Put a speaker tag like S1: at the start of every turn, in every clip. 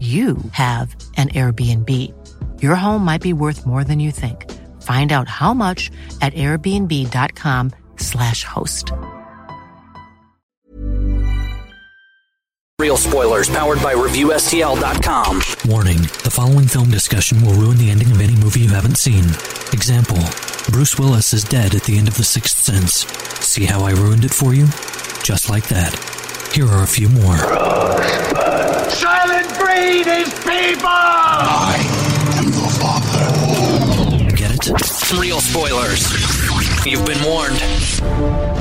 S1: you have an Airbnb. Your home might be worth more than you think. Find out how much at airbnb.com/slash host.
S2: Real spoilers powered by ReviewSTL.com.
S3: Warning the following film discussion will ruin the ending of any movie you haven't seen. Example Bruce Willis is dead at the end of The Sixth Sense. See how I ruined it for you? Just like that. Here are a few more.
S4: Silent breed is people! I
S5: am your father.
S3: Get it?
S2: Real spoilers. You've been warned.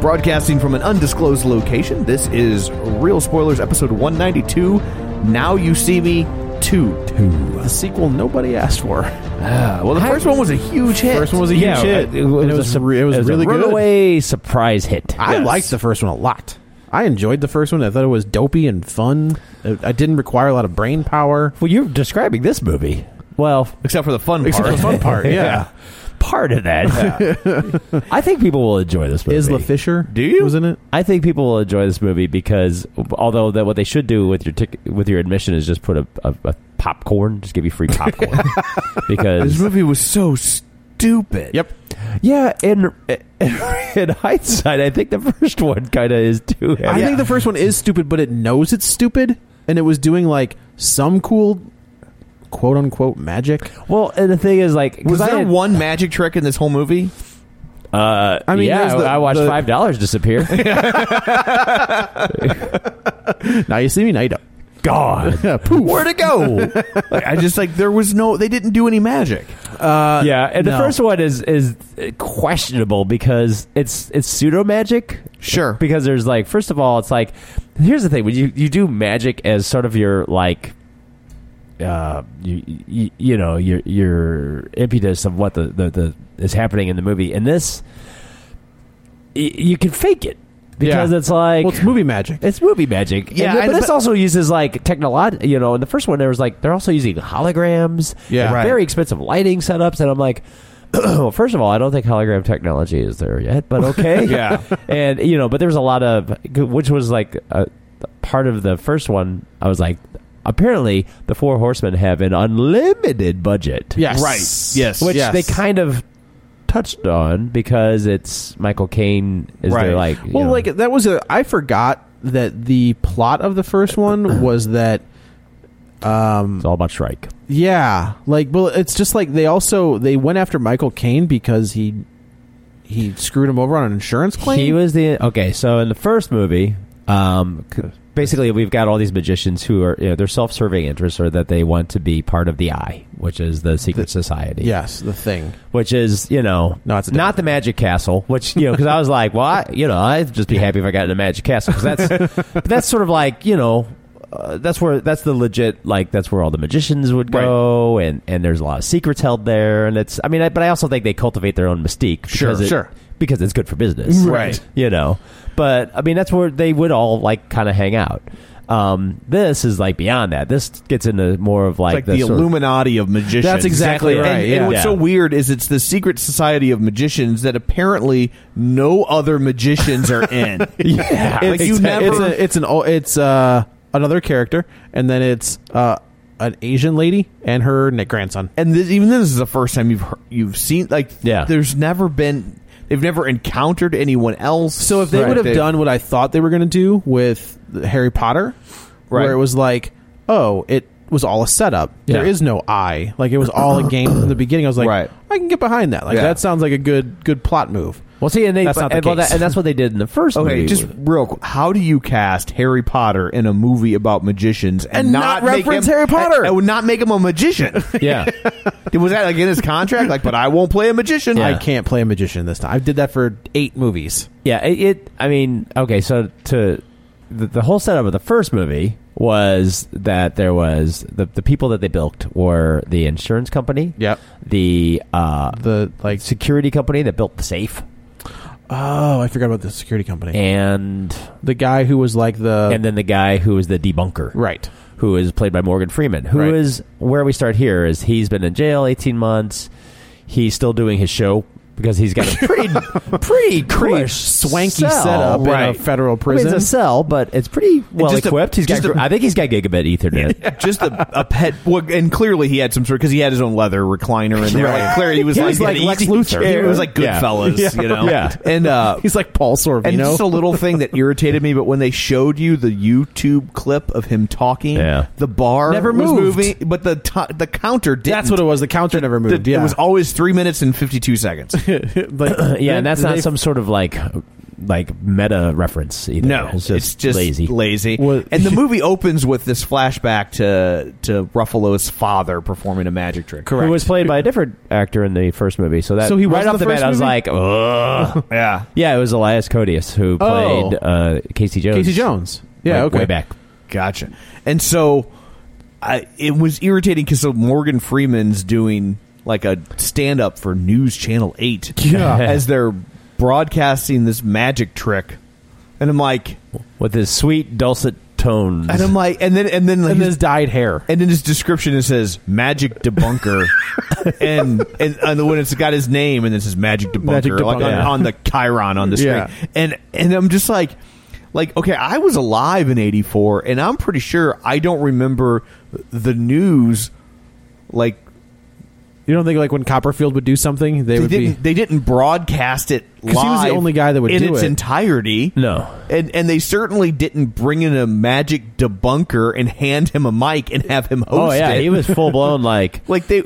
S6: Broadcasting from an undisclosed location, this is Real Spoilers, episode 192. Now You See Me 2. 2. The sequel nobody asked for. Uh, well, the first one was a huge hit.
S7: First one was a huge yeah, hit.
S6: It, it, was, it, was, a, su- it was, it was really
S7: a runaway good. surprise hit.
S6: I yes. liked the first one a lot. I enjoyed the first one. I thought it was dopey and fun. I didn't require a lot of brain power.
S7: Well, you're describing this movie. Well,
S6: except for the fun
S7: except
S6: part.
S7: Except for the fun part, yeah. yeah. Part of that. Yeah. I think people will enjoy this movie.
S6: Isla Fisher,
S7: do you?
S6: Wasn't it?
S7: I think people will enjoy this movie because although that what they should do with your tic- with your admission is just put a, a, a popcorn, just give you free popcorn because
S6: this movie was so stupid.
S7: Yep. Yeah, and in hindsight, I think the first one kind of is too.
S6: I yeah. think the first one is stupid, but it knows it's stupid, and it was doing like some cool quote unquote magic.
S7: Well, and the thing is, like,
S6: was there had, one magic trick in this whole movie?
S7: Uh, I mean, yeah, the, I watched the, five dollars disappear.
S6: now you see me, now you don't.
S7: God,
S6: where'd it go? like, I just like there was no, they didn't do any magic.
S7: Uh, yeah, and no. the first one is is questionable because it's it's pseudo magic.
S6: Sure,
S7: because there's like first of all, it's like here's the thing when you you do magic as sort of your like. Uh, you, you, you know your your impetus of what the, the, the is happening in the movie and this y- you can fake it because yeah. it's like
S6: well, it's movie magic.
S7: It's movie magic.
S6: Yeah,
S7: and, but this also uses like technology. You know, in the first one, there was like they're also using holograms.
S6: Yeah,
S7: right. very expensive lighting setups, and I'm like. well, first of all, I don't think hologram technology is there yet, but okay.
S6: yeah,
S7: and you know, but there was a lot of which was like a, part of the first one. I was like, apparently, the Four Horsemen have an unlimited budget.
S6: Yes,
S7: right.
S6: Yes,
S7: which
S6: yes.
S7: they kind of touched on because it's Michael Caine is right. there like
S6: well know. like that was a I forgot that the plot of the first one was that
S7: um it's all about Shrike
S6: yeah like well it's just like they also they went after Michael Caine because he he screwed him over on an insurance claim
S7: he was the okay so in the first movie um basically we've got all these magicians who are you know, they're self-serving interests or that they want to be part of the eye which is the secret
S6: the,
S7: society
S6: yes the thing
S7: which is you know
S6: no, it's
S7: not the magic castle which you know because i was like well I, you know i'd just be happy if i got in the magic castle because that's that's sort of like you know uh, that's where that's the legit like that's where all the magicians would go right. and and there's a lot of secrets held there and it's i mean I, but i also think they cultivate their own mystique
S6: sure
S7: it,
S6: sure
S7: because it's good for business
S6: right
S7: you know but I mean that's where they would all like kind of hang out. Um, this is like beyond that. This gets into more of like,
S6: like the, Illuminati of, of, magicians.
S7: That's exactly,
S6: and,
S7: right.
S6: And,
S7: yeah.
S6: and what's
S7: yeah.
S6: so weird is it's the secret society of magicians that apparently no other magicians are in.
S7: yeah,
S6: it's, you never. It's, a, it's an. It's uh, another character, and then it's uh, an Asian lady and her grandson. And this, even this is the first time you've heard, you've seen like.
S7: Yeah.
S6: there's never been They've never encountered anyone else.
S7: So if they right, would have
S6: they,
S7: done what I thought they were going to do with Harry Potter,
S6: right. where
S7: it was like, oh, it
S6: was all a setup. There
S8: Yeah.
S6: is no I. Like it was all a game from the beginning. I was like,
S8: Right.
S6: I can get behind that. Like
S8: Yeah.
S6: that sounds like a good good plot move.
S7: Well, see, and they
S6: that's not the
S7: and, well,
S6: case.
S7: that- and that's what they did in the first
S8: Okay,
S7: movie.
S8: just real quick. How do you cast Harry Potter in a movie about magicians and,
S6: And not
S8: make
S6: reference
S8: him-
S6: Harry Potter?
S8: And would not make him a magician.
S7: yeah,
S8: Was that like in his contract? Like, but I won't play a magician.
S7: Yeah.
S6: I can't play a magician this time. I did that for eight movies.
S7: yeah. It, it. I mean, okay. So to the, the whole setup of the first movie was that there was the the people that they built were the insurance company.
S6: Yep.
S7: The uh,
S6: The like
S7: security company that built the safe
S6: oh, I forgot about the security company.
S7: and
S6: the guy who was like the
S7: and then the guy who was the debunker
S6: right.
S7: who is played by Morgan Freeman, who is
S6: Right.
S7: where we start here is he's been in jail 18 months. He's still doing his show because he's got a pretty, pretty, pretty
S6: swanky setup in a federal prison.
S7: it's a cell, but it's pretty well
S8: just a-
S7: equipped. he's got,
S8: just
S7: gr-
S8: a-
S7: I think he's got gigabit Ethernet.
S8: Just a, a pet. Well, and clearly he had some sort because he had his own leather recliner in there. Like, clearly he was
S7: He
S8: like,
S7: was like
S8: an
S7: Lex
S8: easy
S7: Luthor.
S8: chair. He was like
S7: Yeah.
S8: Goodfellas,
S7: Yeah.
S8: you know.
S7: Yeah.
S8: And uh,
S6: He's like Paul Sorvino.
S8: And just a little thing that irritated me, but when they showed you the YouTube clip of him talking,
S7: Yeah.
S8: the bar
S6: Never
S8: was
S6: moved.
S8: moving, but the t- the counter didn't.
S6: That's what it was. The counter never
S8: The-
S6: moved. yeah,
S8: It was always three minutes and fifty two seconds.
S6: Like,
S7: Uh, yeah, and that's
S6: they-
S7: not some sort of like like meta reference either.
S8: No,
S7: it's just, lazy.
S6: Well-
S8: and the movie opens with this flashback to to Ruffalo's father performing a magic trick.
S7: Who was played by a different actor in the first movie? So that
S6: So he was
S7: right
S6: in
S7: off
S6: the
S7: the bat,
S6: first
S7: I was
S6: movie?
S7: like, Ugh.
S8: Yeah,
S7: yeah, it was Elias Codius who
S6: Oh.
S7: played uh, Casey Jones.
S6: Casey Jones. Yeah,
S7: Way-
S6: okay.
S7: way back.
S8: gotcha. And so, I it was irritating because so Morgan Freeman's doing like a stand up for News Channel Eight.
S6: Yeah.
S8: as they're broadcasting this magic trick, and I'm like,
S7: with his sweet dulcet tones.
S8: and I'm like, and then and then
S6: And
S8: his-
S6: his dyed hair.
S8: And in his description, it says "magic debunker," and, and and when it's got his name, and it says "magic debunker,",
S6: Magic
S8: like on,
S6: debunker.
S8: on the Chiron on the screen,
S6: Yeah.
S8: and and I'm just like, like okay, I was alive in '84, and I'm pretty sure I don't remember the news. Like
S6: You don't think like when Copperfield would do something, they,
S8: they
S6: would
S8: didn't
S6: be
S8: they didn't broadcast it
S6: 'Cause he was the
S8: live
S6: only guy that would
S8: in
S6: do
S8: its
S6: it.
S8: entirety.
S7: No.
S8: and and they certainly didn't bring in a magic debunker and hand him a mic and have him
S7: oh
S8: host
S7: yeah,
S8: it.
S7: he was full blown like
S8: like they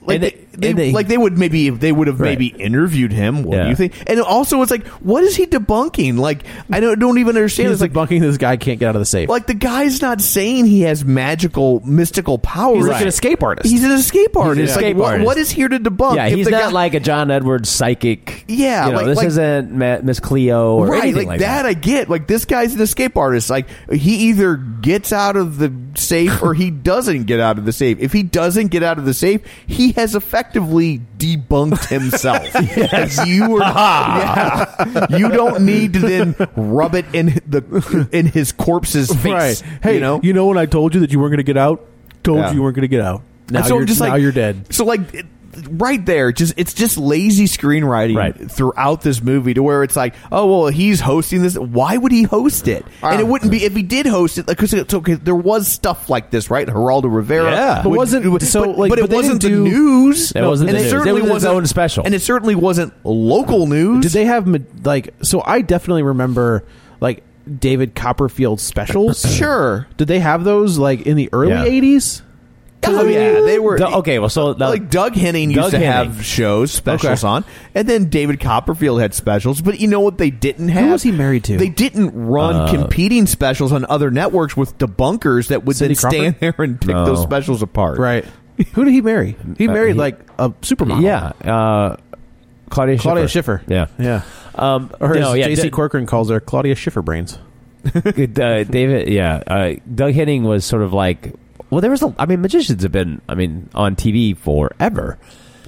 S8: like
S7: And
S8: they,
S7: they-
S8: they,
S7: and they-
S8: like they would maybe they would have
S7: Right.
S8: maybe interviewed him. What do
S7: Yeah.
S8: you think? And also, it's like, what is he debunking? Like, I don't don't even understand.
S6: he's
S8: it's like,
S6: debunking this guy can't get out of the safe.
S8: like the guy's not saying he has magical mystical powers.
S6: He's like an Right. escape artist.
S8: He's an escape artist. Like,
S7: escape
S8: what-
S7: artist.
S8: what is here to debunk?
S7: yeah,
S8: Oh, If
S7: he's
S8: the
S7: not
S8: guy-
S7: like a John Edwards psychic.
S8: Yeah,
S7: you know,
S8: like-
S7: this
S8: like-
S7: isn't Ma- Miss Cleo or
S8: right,
S7: anything
S8: like, that, I get. Like this guy's an escape artist. Like he either gets out of the safe or he doesn't get out of the safe. If he doesn't get out of the safe, he has effectively debunked himself. Like, you are, Yeah. you don't need to then rub it in the in his corpse's
S6: right?
S8: face.
S6: Hey,
S8: you know.
S6: when I told you that you weren't going to get out, told
S8: Yeah.
S6: you you weren't going to get out. Now
S8: And so
S6: you're
S8: just like
S6: now you're dead.
S8: So like it- right there, just it's just lazy screenwriting
S7: Right.
S8: throughout this movie to where it's like, oh well, he's hosting this. Why would he host it? and it wouldn't be if he did host it because it's okay. There was stuff like this, right? Geraldo Rivera,
S7: Yeah.
S6: But
S8: would-
S6: wasn't-
S8: would-
S6: so,
S8: but,
S6: like,
S8: but it
S6: but they
S8: wasn't the
S6: didn't do-
S8: news.
S7: It wasn't
S8: and
S7: the
S8: it
S7: news.
S8: certainly
S7: It was his
S8: wasn't
S7: own special.
S8: and it certainly wasn't local news.
S6: Did they have ma- like so? I definitely remember like David Copperfield specials.
S8: Sure.
S6: Did they have those like in the early
S7: Yeah.
S6: '80s?
S8: Oh yeah, they were
S7: Du- okay, well, so the-
S8: like Doug Henning
S7: Doug
S8: used to
S7: Henning.
S8: have shows specials on, and then David Copperfield had specials. But you know what they didn't have?
S6: was he married to? Uh,
S8: They didn't run competing specials on other networks with debunkers that would
S6: Cindy
S8: then stand there and pick
S7: No.
S8: those specials apart.
S6: Right. Who did he marry? He
S7: Uh,
S6: married
S7: he-
S6: like a supermodel.
S7: Yeah, uh, Claudia
S6: Claudia
S7: Schiffer.
S6: Schiffer.
S7: Yeah,
S6: Yeah.
S7: Um,
S6: Or as
S7: no, yeah,
S6: J.C.
S7: D-
S6: Corcoran calls her, Claudia Schiffer brains.
S7: uh, David, yeah, uh, Doug Henning was sort of like, well, there was, a, I mean, magicians have been, I mean, on TV forever.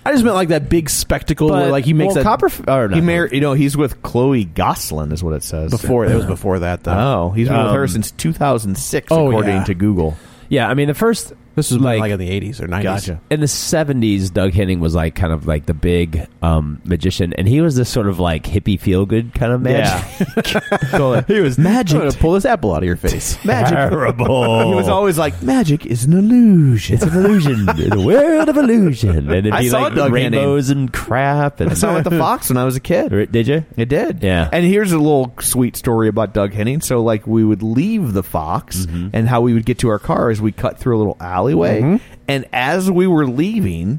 S6: I just meant like that big spectacle where like he makes that
S7: well, copper. Or not,
S8: He married. You know, he's with Chloe Goslin, is what it says.
S6: before. It was before that though.
S8: Oh, he's been with her
S7: Um,
S8: since 2006,
S6: Oh,
S8: according
S6: yeah.
S8: to Google.
S7: yeah, I mean, the first
S6: This was like,
S7: Like-
S6: in the eighties or nineties.
S8: Gotcha.
S7: in the seventies, Doug Henning was like kind of like the big um, magician, and he was this sort of like hippie feel good kind of man.
S8: he was magic.
S6: I'm gonna pull this apple out of your face.
S8: Magic.
S7: Terrible.
S8: He was always like, magic is an illusion.
S7: It's an illusion, the world of illusion, and it'd
S8: I
S7: be
S8: saw
S7: like
S8: Doug Henning.
S7: rainbows and crap. And
S8: I saw it at the Fox when I was a kid.
S7: Did you?
S8: It did.
S7: Yeah.
S8: And here's a little sweet story
S6: Mm-hmm.
S8: about Doug Henning. So, like, we would leave the Fox, and how we would get to our car is we cut through a little alleyway.
S6: Mm-hmm.
S8: And as we were leaving,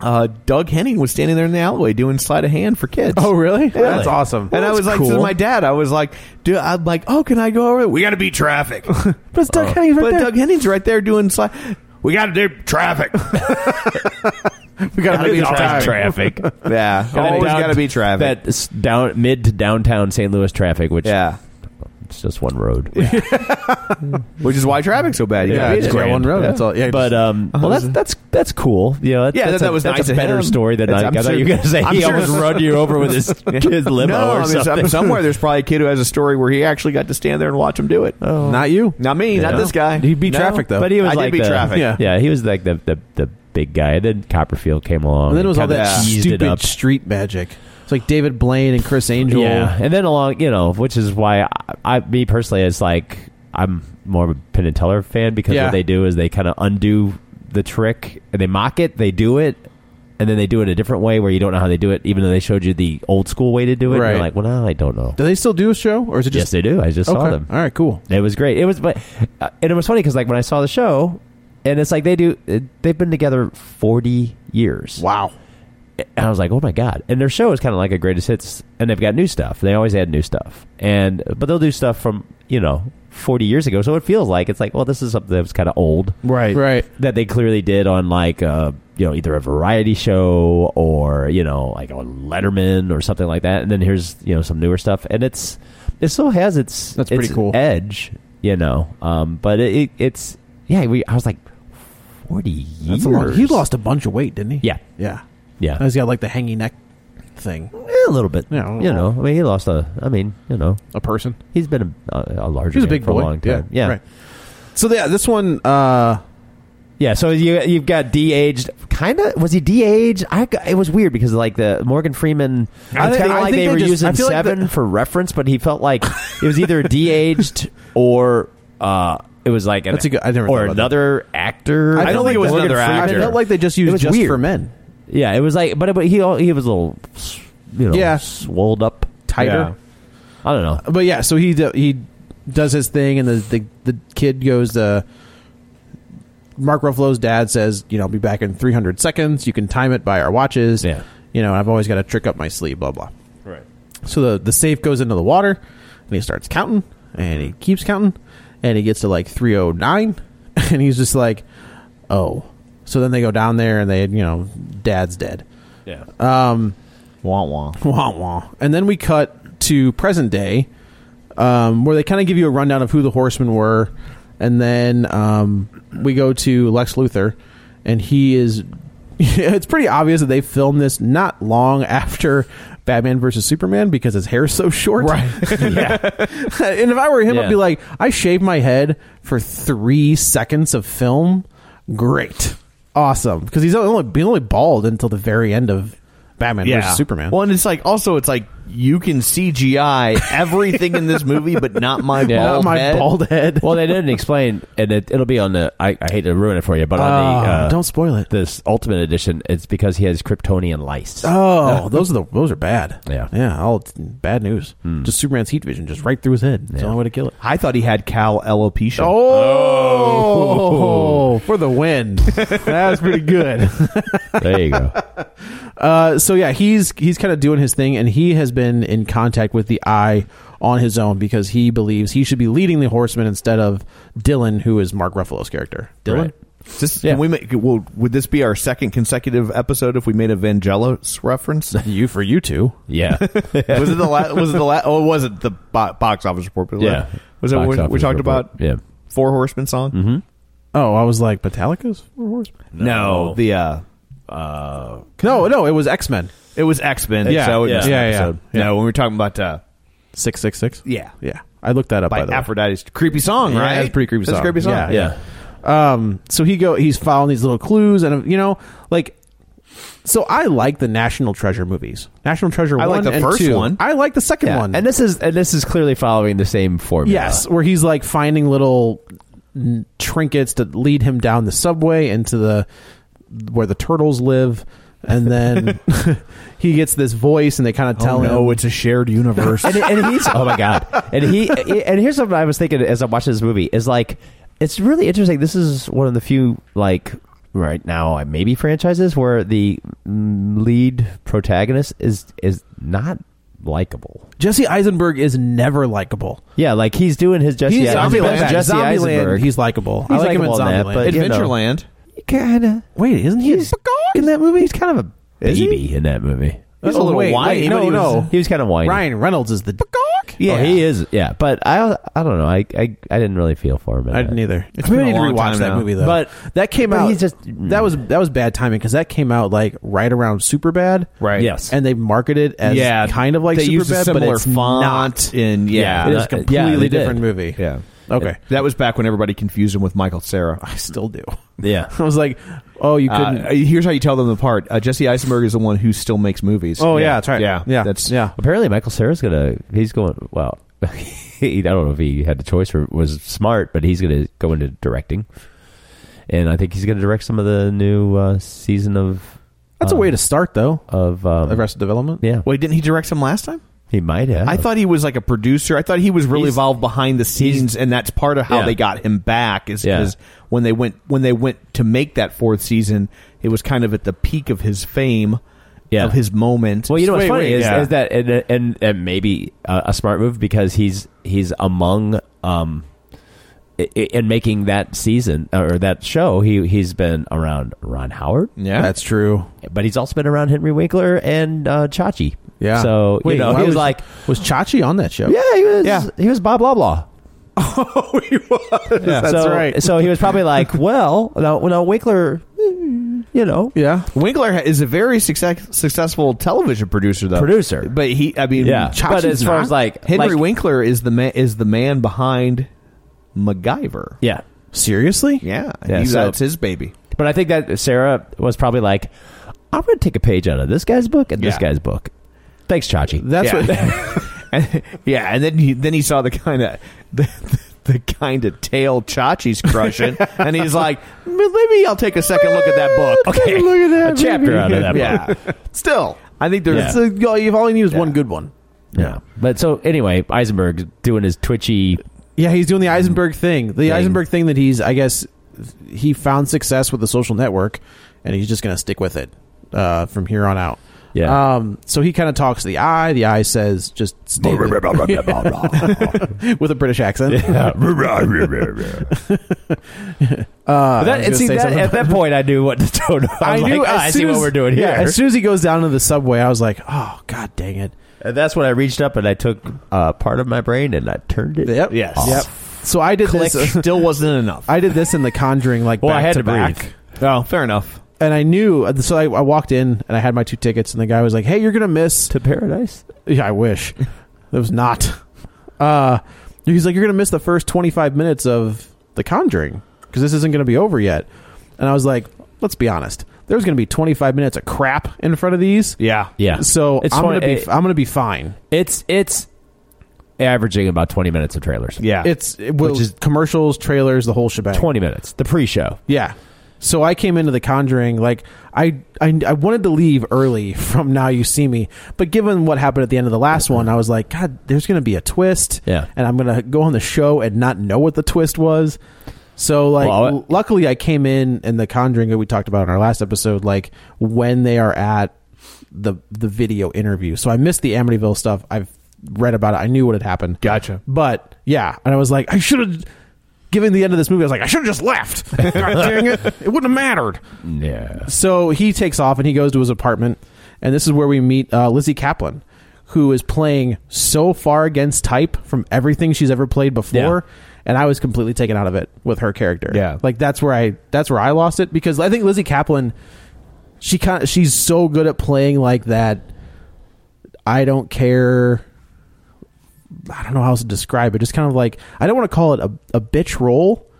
S8: uh, Doug Henning was standing there in the alleyway doing sleight of hand for kids.
S6: Oh, really?
S8: Yeah.
S6: That's awesome.
S8: And I
S6: That's
S8: was like to
S6: cool.
S8: my dad, I was like, "Dude, I'm like, oh, can I go over? there? We got to beat traffic." but
S6: it's Doug
S7: Oh.
S6: Henning right
S8: but
S6: there.
S8: Doug Henning's right there doing sleight. We got to do traffic. we got to
S7: Gotta
S8: beat
S7: be
S8: traffic.
S7: traffic.
S8: Yeah, always got to be traffic.
S7: That s- down mid to downtown St. Louis traffic, which
S8: yeah,
S7: it's just one road.
S8: which is why traffic's so bad. You gotta beat
S7: it's
S8: it.
S7: grand.
S8: one road. That's all. Yeah,
S7: but
S8: just-
S7: um, well, that's that's that's cool. You know, that,
S8: Yeah,
S7: that's
S8: that-
S7: a,
S8: that was
S7: that's
S8: nice
S7: a
S8: of
S7: better
S8: him.
S7: story than
S8: That's-
S7: I,
S8: I'm
S7: I thought you were
S8: sure-
S7: gonna say
S8: I'm
S7: he
S8: sure-
S7: almost run you over with his kid's limo
S8: no,
S7: or
S8: I mean, some-
S7: something.
S8: somewhere there's probably a kid who has a story where he actually got to stand there and watch him do it.
S7: Oh.
S6: um, Not you.
S8: Not me,
S7: Yeah.
S8: not this guy.
S6: He beat
S8: No.
S6: traffic, though.
S7: But he was
S8: I did
S7: like
S8: beat
S7: the,
S8: traffic.
S7: Yeah. he was like the the, the big guy. Then Copperfield came along.
S6: And then it was all
S7: Oh, kinda
S6: that
S7: teased it
S6: stupid
S7: up.
S6: street magic. It's like David Blaine and Chris Angel.
S7: Yeah, and then along, you know, which is why I, I me personally, it's like I'm more of a Penn and Teller fan because
S6: Yeah.
S7: what they do is they kind of undo the trick and they mock it, they do it, and then they do it a different way where you don't know how they do it, even though they showed you the old school way to do it. And
S6: Right.
S7: you're like, well, no, I don't know.
S6: Do they still do a show, or is it
S7: yes,
S6: just
S7: they do. I just
S6: okay?
S7: saw them.
S6: All right, cool.
S7: It was great. It was, but uh, and it was funny because like when I saw the show, and it's like they do, it, they've been together forty years.
S6: Wow.
S7: And I was like, oh my god! And their show is kind of like a greatest hits, and they've got new stuff. They always add new stuff, and but they'll do stuff from you know forty years ago. So it feels like it's like, well, this is something that was kind of old
S6: Right. Right.
S7: that they clearly did on like uh you know either a variety show or you know like on Letterman or something like that. And then here's you know some newer stuff, and it's it still has its
S6: That's pretty
S7: its
S6: cool.
S7: edge, you know. Um, but it, it it's yeah, we I was like forty
S6: That's
S7: years.
S6: a lot. He lost a bunch of weight, didn't he?
S7: Yeah.
S6: Yeah.
S7: yeah
S6: Now He's got like the hangy neck thing.
S7: Eh, a little bit.
S6: Yeah.
S7: you know, I mean, he lost a. I mean, you know,
S6: A person.
S7: he's been a, a a larger.
S6: He's a
S7: man
S6: big
S7: for
S6: boy.
S7: a long time. Yeah, yeah.
S6: Right. So yeah, this one. uh
S7: so you you've got de-aged. Kind of was he de-aged? I got- it was weird because like the Morgan Freeman.
S6: I
S7: It's
S6: think-
S7: kind
S6: I
S7: of like
S6: think
S7: they,
S6: they
S7: were
S6: just- I
S7: using
S6: feel like
S7: seven
S6: the-
S7: for reference, but he felt like it was either de-aged or. uh it was like an,
S6: That's a good- I never
S7: or
S6: thought about that.
S7: another actor.
S6: I don't think it was
S7: Morgan
S8: another
S7: Freeman.
S8: actor.
S6: I felt like they just
S7: It
S6: used
S7: was
S6: just
S7: weird.
S6: for men.
S7: Yeah, it was like, but, but he al- he was a little, you know,
S6: Yeah.
S7: swolled up.
S6: Tighter.
S7: I don't know.
S6: But yeah, so he do, he does his thing, and the the, the kid goes. Uh, Mark Ruffalo's dad says, "You know, I'll be back in 300 seconds. You can time it by our watches.
S7: Yeah.
S6: You know, I've always got a trick up my sleeve. Blah blah. Right. So the the safe goes into the water, and he starts counting, and he keeps counting, and he gets to like 309, and he's just like, "Oh." So then they go down there, and they, you know, dad's dead. Um,
S7: Yeah.
S8: Wah, wah.
S6: Wah, wah. And then we cut to present day, um, where they kind of give you a rundown of who the horsemen were, and then um, we go to Lex Luthor, and he is. it's pretty obvious that they filmed this not long after Batman versus Superman because his hair's so short. Right. and if I were him,
S7: Yeah.
S6: I'd be like,
S8: "Ah,
S6: I shaved my head for three seconds of film. Great. Awesome. Because he's only, he's only bald until the very end of Batman versus Superman.
S8: Well, and it's like also it's like you can CGI everything in this movie, but not my
S7: Yeah.
S6: Not
S8: bald
S6: my
S8: head.
S6: bald head.
S7: well, they didn't explain, and it, it'll be on the. I, I hate to ruin it for you, but on the
S6: Oh,
S8: Ah.
S7: uh,
S6: don't spoil it.
S7: This Ultimate Edition, it's because he has Kryptonian lice.
S6: Oh, those are the those are bad.
S7: Yeah. Hmm.
S6: yeah, all it's bad news. Just Superman's heat vision, just right through his head. It's the only way to kill it.
S8: I thought he had cow alopecia.
S7: Oh.
S6: Oh, for the win! that was pretty good.
S7: There you go.
S6: Uh, so yeah, he's he's kind of doing his thing, and he has been in contact with the Eye on his own because he believes he should be leading the Horsemen instead of Dylan, who is Mark Ruffalo's character. Dylan,
S7: Right.
S8: Is this-
S6: Yeah.
S8: can we make, well, would this be our second consecutive episode if we made a Vangelis reference?
S6: you for you two.
S7: Yeah.
S8: was it the la- was it the la- oh it wasn't the bo- box office report? But
S7: Yeah.
S8: was it
S7: Box
S8: when we
S7: office
S8: talked
S7: report.
S8: about
S7: Yeah.
S8: Four Horsemen song? Mm-hmm.
S6: Oh, I was like Metallica's Four Horsemen.
S8: No, the uh,
S6: No, no, it was X Men
S8: it was X Men.
S6: Yeah,
S8: so it
S6: yeah,
S8: was an
S6: yeah,
S8: episode.
S6: yeah.
S8: No, when we were talking about uh,
S6: six six six.
S8: yeah,
S6: Yeah, I looked that up by,
S8: by
S6: the way.
S8: Aphrodite's creepy song,
S6: Yeah,
S8: right?
S6: that's a pretty creepy
S8: That's
S6: song.
S8: a creepy song.
S6: Yeah,
S7: Yeah.
S6: um so he go he's following these little clues and you know like so i like the national treasure movies national treasure
S8: I
S6: 1
S8: like the
S6: and
S8: first
S6: 2.
S8: one.
S6: i like the second
S7: Yeah.
S6: one
S7: And this is and this is clearly following the same formula.
S6: yes where he's like finding little mm, trinkets to lead him down the subway into the where the turtles live and then he gets this voice and they kind of
S7: Oh,
S6: tell him
S8: it's a shared universe.
S7: and, and he's oh my god and he and here's something i was thinking as i watched this movie is like it's really interesting. This is one of the few like right now uh, maybe franchises where the mm, lead protagonist is is not likable.
S6: Jesse Eisenberg is never likable.
S7: Yeah, like he's doing his Jesse.
S6: He's
S7: Eisenberg.
S6: Zombieland.
S7: Jesse
S6: Zombieland,
S7: Eisenberg.
S6: he's likable. I
S7: He's
S6: like him in
S7: likable that,
S6: Zombieland.
S7: but, you know.
S6: Adventureland.
S7: Kinda.
S6: Wait, isn't Oh, he?
S7: He's in that movie. He's kind of a
S9: Is he?
S7: baby in that movie.
S6: He's a little
S7: wait,
S6: whiny,
S7: wait,
S6: but
S7: no,
S6: he was-
S7: no, he was kind of whiny.
S6: Ryan Reynolds is the.
S7: Yeah, Oh, he is. Yeah, but I, I don't know. I, I, I didn't really feel for him. in
S6: I
S7: that.
S6: didn't either. It's
S7: been
S6: we
S7: a
S6: need to
S7: long
S6: rewatch
S7: time
S6: that
S7: now.
S6: movie though.
S7: But-
S6: that came out.
S7: he's just-
S6: that was that was bad timing because that came out like right around Superbad.
S9: Right. Yes.
S6: And they marketed as
S8: Yeah,
S6: kind of like
S8: they
S6: Superbad,
S8: used a
S6: but
S8: similar
S6: it's
S8: font
S6: not.
S8: in- yeah,
S6: it is a
S8: uh,
S6: completely
S8: yeah, they did.
S6: different movie.
S8: Yeah.
S6: Okay.
S8: That was back when everybody confused him with Michael Sarah.
S6: I still do.
S9: Yeah.
S6: I was like, oh, you couldn't.
S8: Uh, here's how you tell them apart. Uh, Jesse Eisenberg is the one who still makes movies.
S6: oh yeah, that's right.
S8: Yeah,
S6: yeah,
S8: That's
S6: yeah.
S7: Apparently, Michael Cera's gonna. He's going. Well, he, I don't know if he had the choice or was smart, but he's gonna go into directing, and I think he's gonna direct some of the new uh, season of
S6: That's a
S8: um,
S6: way to start though.
S7: of. Um,
S6: Arrested Development.
S7: yeah,
S8: Wait, didn't he direct some last time?
S7: he might have.
S8: I thought he was like a producer. I thought he was really
S7: He's-
S8: involved behind the scenes, and that's part of how
S7: Yeah.
S8: they got him back. Is
S7: Yeah.
S8: because when they went when they went to make that fourth season, it was kind of at the peak of his fame,
S7: Yeah.
S8: of his moment.
S7: Well, you know what's
S8: Wait,
S7: funny
S8: wait,
S7: is,
S8: yeah.
S7: is that and and, and maybe a, a smart move because he's he's among um i- i- in making that season or that show he he's been around Ron Howard,
S8: yeah,
S6: that's true.
S7: but he's also been around Henry Winkler and uh, Chachi.
S6: Yeah.
S7: So
S6: Wait,
S7: you know
S6: why
S7: he was, like
S6: was Chachi on that show?
S7: yeah he was
S6: Yeah.
S7: he was Bob Blah Blah.
S8: oh, he was. That's
S7: so,
S8: right.
S7: So he was probably like, well, now, now Winkler, mm, you know,
S6: yeah.
S8: Winkler ha- is a very success, successful television producer, though
S7: Producer.
S8: But he, I mean,
S7: Yeah.
S8: Chachi's
S7: But as far
S8: not.
S7: as, like-
S8: Henry
S7: like-
S8: Winkler is the man is the man behind MacGyver.
S7: yeah.
S6: Seriously?
S8: Yeah,
S7: Yeah,
S8: he-
S7: so-
S8: that's his baby.
S7: But I think that Sarah was probably like, I'm going to take a page out of this guy's book and this
S8: Yeah.
S7: guy's book. Thanks, Chachi.
S6: That's what.
S8: And- yeah, and then he then he saw the kind of the, the kind of tail Chachi's crushing, and he's like, "M- maybe I'll take a second look at that book.
S7: Okay.
S8: look at that
S7: A chapter out of that
S8: yeah.
S7: book.
S8: Still, I think
S7: Yeah.
S8: there's
S6: So all you all you need is one good one.
S7: Yeah. But so anyway, Eisenberg doing his twitchy.
S6: Yeah, he's
S7: Mm-hmm.
S6: doing the Eisenberg thing. The Eisenberg thing that he's, I guess, he found success with the social network, and he's just going to stick with it uh, from here on out.
S8: uh,
S7: Yeah.
S6: Um. So he kind of talks to the eye. The eye says, "Just stay with a British accent."
S7: Uh, But that,
S6: was
S7: and
S6: gonna
S7: see,
S6: say
S7: that-
S6: something.
S7: at that point, I knew what to tone. I, was like, "Ah, I see
S6: soon
S7: what we're doing here.
S6: Yeah, as soon as he goes down to the subway, I was like, "Oh God, dang it!"
S7: and that's when I reached up and I took uh, part of my brain and I turned it.
S6: Yep.
S8: Yes.
S6: Yep. So I did this. uh,
S8: still wasn't enough.
S6: I did this in The Conjuring, like
S7: Well,
S6: back
S7: I had
S6: to,
S7: to,
S6: back.
S7: breathe.
S8: oh, fair enough.
S6: and I knew. uh, So I, I walked in and I had my two tickets, and the guy was like, "Hey, you're gonna miss."
S7: To paradise?
S6: yeah, I wish it was not. Uh, he's like, "You're gonna miss the first 25 minutes of The Conjuring because this isn't gonna be over yet." And I was like, "Let's be honest. There's gonna be 25 minutes of crap in front of these."
S8: Yeah,
S7: Yeah.
S6: So
S7: It's
S6: I'm gonna
S7: funny-
S6: be I'm gonna be fine.
S7: It's it's averaging about 20 minutes of trailers.
S8: yeah.
S6: It's it was
S7: Which is-
S6: commercials, trailers, the whole shebang.
S7: 20 minutes. The pre-show.
S6: Yeah. So I came into The Conjuring like I, I I wanted to leave early from Now You See Me, but given what happened at the end of the last one, I was like, God, there's going to be a twist,
S7: Yeah.
S6: and I'm going to go on the show and not know what the twist was. So like,
S7: Well, I-
S6: l- luckily I came in in The Conjuring that we talked about in our last episode, like when they are at the the video interview. So I missed the Amityville stuff. I've read about it. I knew what had happened.
S8: Gotcha.
S6: But yeah, and I was like, I should have. Given the end of this movie, I was like, I should have just left. God dang it! It wouldn't have mattered.
S7: Yeah.
S6: So he takes off and he goes to his apartment, and this is where we meet uh, Lizzie Kaplan, who is playing so far against type from everything she's ever played before. And I was completely taken out of it with her character.
S8: Yeah.
S6: like that's where I that's where I lost it because I think Lizzie Kaplan, she kind of she's so good at playing like that. I don't care. I don't know how else to describe it. Just kind of like I don't want to call it a, a bitch role.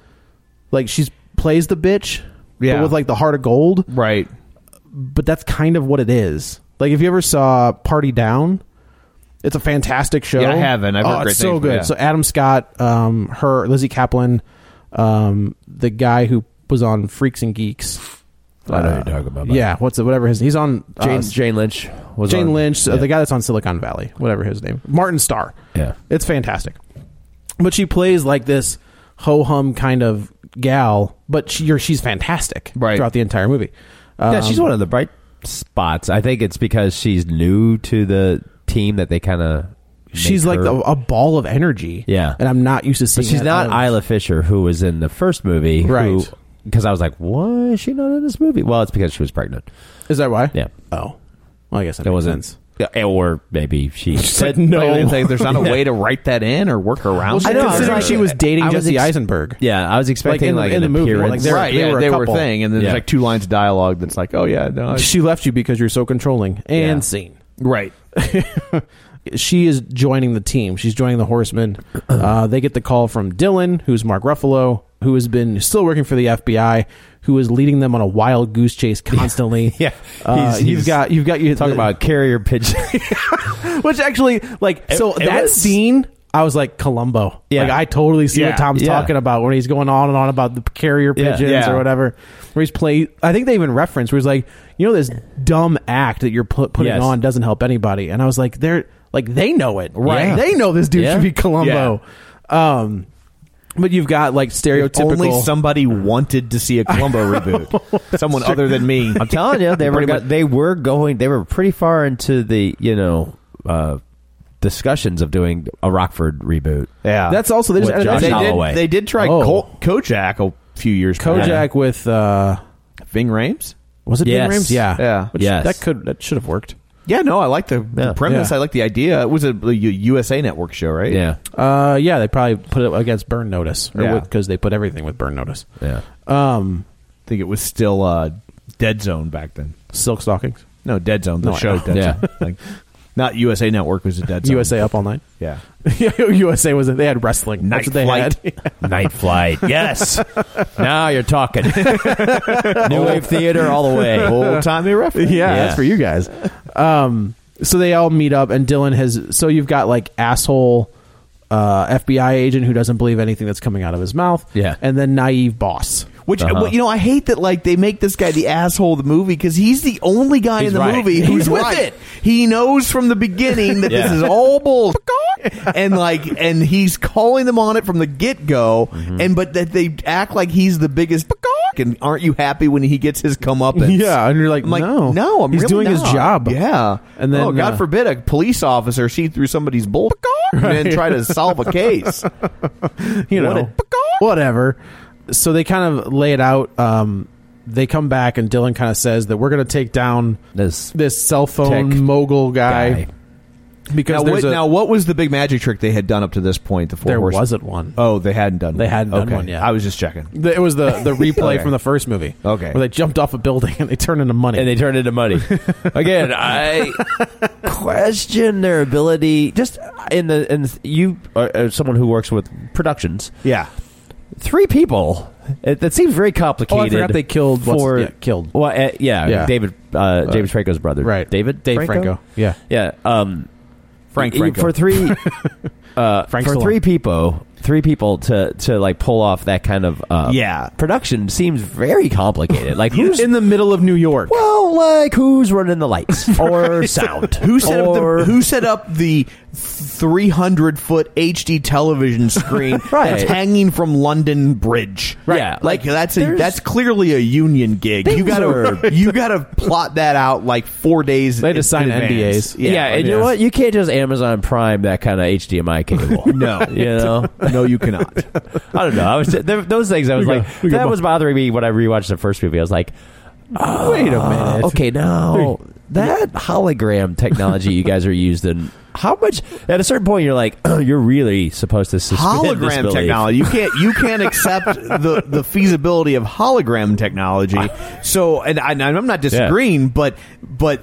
S6: Like she's plays the bitch,
S8: Yeah.
S6: but with like the heart of gold.
S8: right.
S6: But that's kind of what it is. Like if you ever saw Party Down, it's a fantastic show.
S8: Yeah, I haven't. I've
S6: oh,
S8: heard great
S6: it's so
S8: things,
S6: good.
S8: yeah.
S6: So Adam Scott, um, her Lizzie Kaplan, um, the guy who was on Freaks and Geeks. Uh,
S7: I know
S8: Uh,
S7: who you're talking about.
S6: Yeah, what's it? Whatever his he's on uh,
S7: Jane, Jane Lynch was
S6: Jane
S7: on-
S6: Lynch, uh,
S7: yeah.
S6: the guy that's on Silicon Valley, whatever his name, Martin Starr.
S7: Yeah.
S6: it's fantastic. But she plays like this ho hum kind of gal, but she, or she's fantastic
S7: Right.
S6: throughout the entire movie.
S7: yeah,
S6: Um,
S7: she's one of the bright spots. I think it's because she's new to the team that they kind of.
S6: She's like the, a ball of energy.
S7: Yeah.
S6: and I'm not used to
S7: But
S6: seeing.
S7: she's
S6: that Oh.
S7: not
S6: out of-
S7: Isla Fisher, who was in the first movie,
S6: Right.
S7: Because I was like, why is she not in this movie? Well, it's because she was pregnant.
S6: Is that why?
S7: Yeah.
S6: Oh, well, I guess that
S7: It
S6: makes
S7: wasn't.
S6: sense.
S7: Yeah, Or maybe she
S6: like, no.
S8: it's like there's not a
S7: Yeah.
S8: way to write that in or work around.
S6: I
S8: it.
S6: know.
S8: It's
S6: Considering
S8: like-
S6: she was dating
S7: I was
S6: Jesse
S7: ex-
S6: Eisenberg.
S7: Yeah, I was expecting like,
S6: in
S7: an
S6: the movie, like,
S7: appearance.
S6: they're-
S8: right,
S6: they
S8: yeah,
S6: were a
S8: they were a
S6: couple.
S8: thing, and then
S7: Yeah.
S8: there's like two lines of dialogue that's like, oh yeah, no, I-
S6: She left you because you're so controlling. And
S7: Yeah.
S6: scene.
S8: right.
S6: she is joining the team. She's joining the Horsemen. Uh, they get the call from Dylan, who's Mark Ruffalo, who has been still working for the FBI, who is leading them on a wild goose chase constantly.
S7: yeah,
S6: Uh, you've got you've got you
S7: talk about carrier pigeon.
S6: which actually like so
S7: it
S6: that
S7: was-
S6: scene. I was like Columbo.
S7: Yeah.
S6: Like I totally see
S7: Yeah,
S6: what Tom's
S7: yeah.
S6: talking about when he's going on and on about the carrier
S7: Yeah,
S6: pigeons
S7: yeah.
S6: or whatever. Where he's play. I think they even referenced where he's like, you know, this dumb act that you're pu- putting
S7: Yes.
S6: on doesn't help anybody. And I was like, they're like they know it, right?
S7: Yeah.
S6: They know this dude
S7: Yeah.
S6: should be Columbo. Um, but you've got like
S8: If
S6: stereotypical.
S8: only somebody wanted to see a Columbo reboot. Someone other than me.
S7: I'm telling you, they were
S8: Pretty
S7: go-
S8: much-
S7: they were going. They were pretty far into the you know uh, discussions of doing a Rockford reboot.
S8: yeah,
S6: that's also they just
S7: With
S6: added
S7: Josh
S6: that
S8: they
S6: in.
S7: Holloway.
S8: did, they did try
S6: Oh.
S8: Col- Kojak a few years
S6: Kojak
S8: back.
S6: with uh,
S8: Ving Rhames.
S6: was it Bing
S7: Yes.
S6: Rames? Yeah,
S8: Yeah.
S6: Which,
S7: Yes.
S6: That could that should have worked.
S8: Yeah, no, I like the, the
S7: Yeah.
S8: premise.
S6: Yeah.
S8: I like the idea. It was a, a U- USA Network show, right?
S7: Yeah,
S6: Uh, yeah, they probably put it against burn notice,
S8: Yeah.
S6: because they put everything with burn notice.
S7: yeah.
S6: Um,
S8: I think it was still uh, Dead Zone back then.
S6: silk stockings,
S8: No, Dead Zone. The
S6: No, I
S8: show
S6: know.
S8: Dead
S7: Yeah.
S8: Zone. Like, not USA Network was a Dead Zone.
S6: USA up all night.
S8: Yeah.
S6: USA was they had wrestling. That's what they had.
S7: Night flight. Yes. now you're talking. New wave theater all the way.
S8: Old timey reference.
S6: yeah,
S7: Yeah.
S6: that's for you guys. Um, so they all meet up, and Dylan has. So you've got like asshole uh, FBI agent who doesn't believe anything that's coming out of his mouth.
S7: Yeah.
S6: and then naive boss.
S8: Which
S7: Uh-huh.
S8: well, you know, I hate that like they make this guy the asshole of the movie because he's the only guy
S7: He's
S8: in the
S7: right.
S8: movie
S7: He's
S8: who's with
S7: right.
S8: it. He knows from the beginning that this
S7: Yeah.
S8: is all bull, and like, and he's calling them on it from the get go.
S6: Mm-hmm.
S8: And but that they act like he's the biggest. And aren't you happy when he gets his comeuppance?
S6: Yeah, and you're like,
S8: I'm like,
S6: no.
S8: no, I'm
S6: He's
S8: really
S6: doing his
S8: not.
S6: job.
S8: Yeah,
S6: And then,
S8: oh, God
S6: uh,
S8: forbid a police officer see through somebody's bull and then try to solve a case.
S6: you
S8: What
S6: know, whatever. So they kind of lay it out. Um, they come back, and Dylan kind of says that we're going to take down
S7: This
S6: this cell phone
S7: Tech
S6: mogul guy,
S7: guy.
S6: because
S8: Now
S6: there's
S8: what,
S6: a,
S8: now, what was the big magic trick they had done up to this point? The four
S6: there
S8: horsemen?
S6: wasn't one.
S8: Oh, they hadn't done.
S6: They
S8: one.
S6: hadn't done
S8: Okay.
S6: one yet.
S8: I was just checking.
S6: The- It was the the replay
S8: Okay.
S6: from the first movie.
S8: Okay.
S6: where they jumped off a building and they turned into money.
S7: and they turned into money. Again, I question their ability. Just in the and you are uh, someone who works with productions.
S8: Yeah,
S7: Three people. It, that seems very complicated.
S6: Oh, I forgot they killed- what's-
S7: for
S6: yeah, killed.
S7: Well, uh, yeah,
S6: Yeah.
S7: David uh, James Franco's brother,
S6: right.
S7: David
S6: Dave
S7: Franco?
S6: Franco. Yeah.
S7: yeah. Um,
S8: Frank
S7: y-
S8: Franco.
S7: for three uh,
S6: Frank
S7: for
S6: Stallone.
S7: three people, three people to to like pull off that kind of uh,
S8: Yeah.
S7: production seems very complicated. Like who's
S6: in the middle of New York.
S7: well, like who's running the lights or sound?
S8: Who set
S7: or,
S8: up the Who set up the three hundred foot HD television screen
S7: Right.
S8: that's hanging from London Bridge?
S7: Right. Yeah,
S8: like,
S7: like,
S8: that's a,
S7: there's-
S8: that's clearly a union gig. You
S7: Things
S8: gotta
S7: are-
S8: you gotta plot that out like four days.
S6: They had to
S8: in
S6: sign
S8: advance.
S6: NDAs.
S7: Yeah, and you know what? You can't just Amazon Prime that kind of HDMI cable.
S8: No.
S7: you know,
S8: No, you cannot.
S7: I don't know. I was there, those things. I was
S6: got-
S7: like,
S6: we got
S7: that
S6: bu-
S7: was bothering me when I rewatched the first movie. I was like,
S6: Wait a minute.
S7: Uh, okay, now that hologram technology you guys are using, how much? At a certain point, you're like, oh, you're really supposed to suspend
S8: hologram
S7: disbelief.
S8: technology. You can't you can't accept the the feasibility of hologram technology. So, and, I, and I'm not disagreeing, but but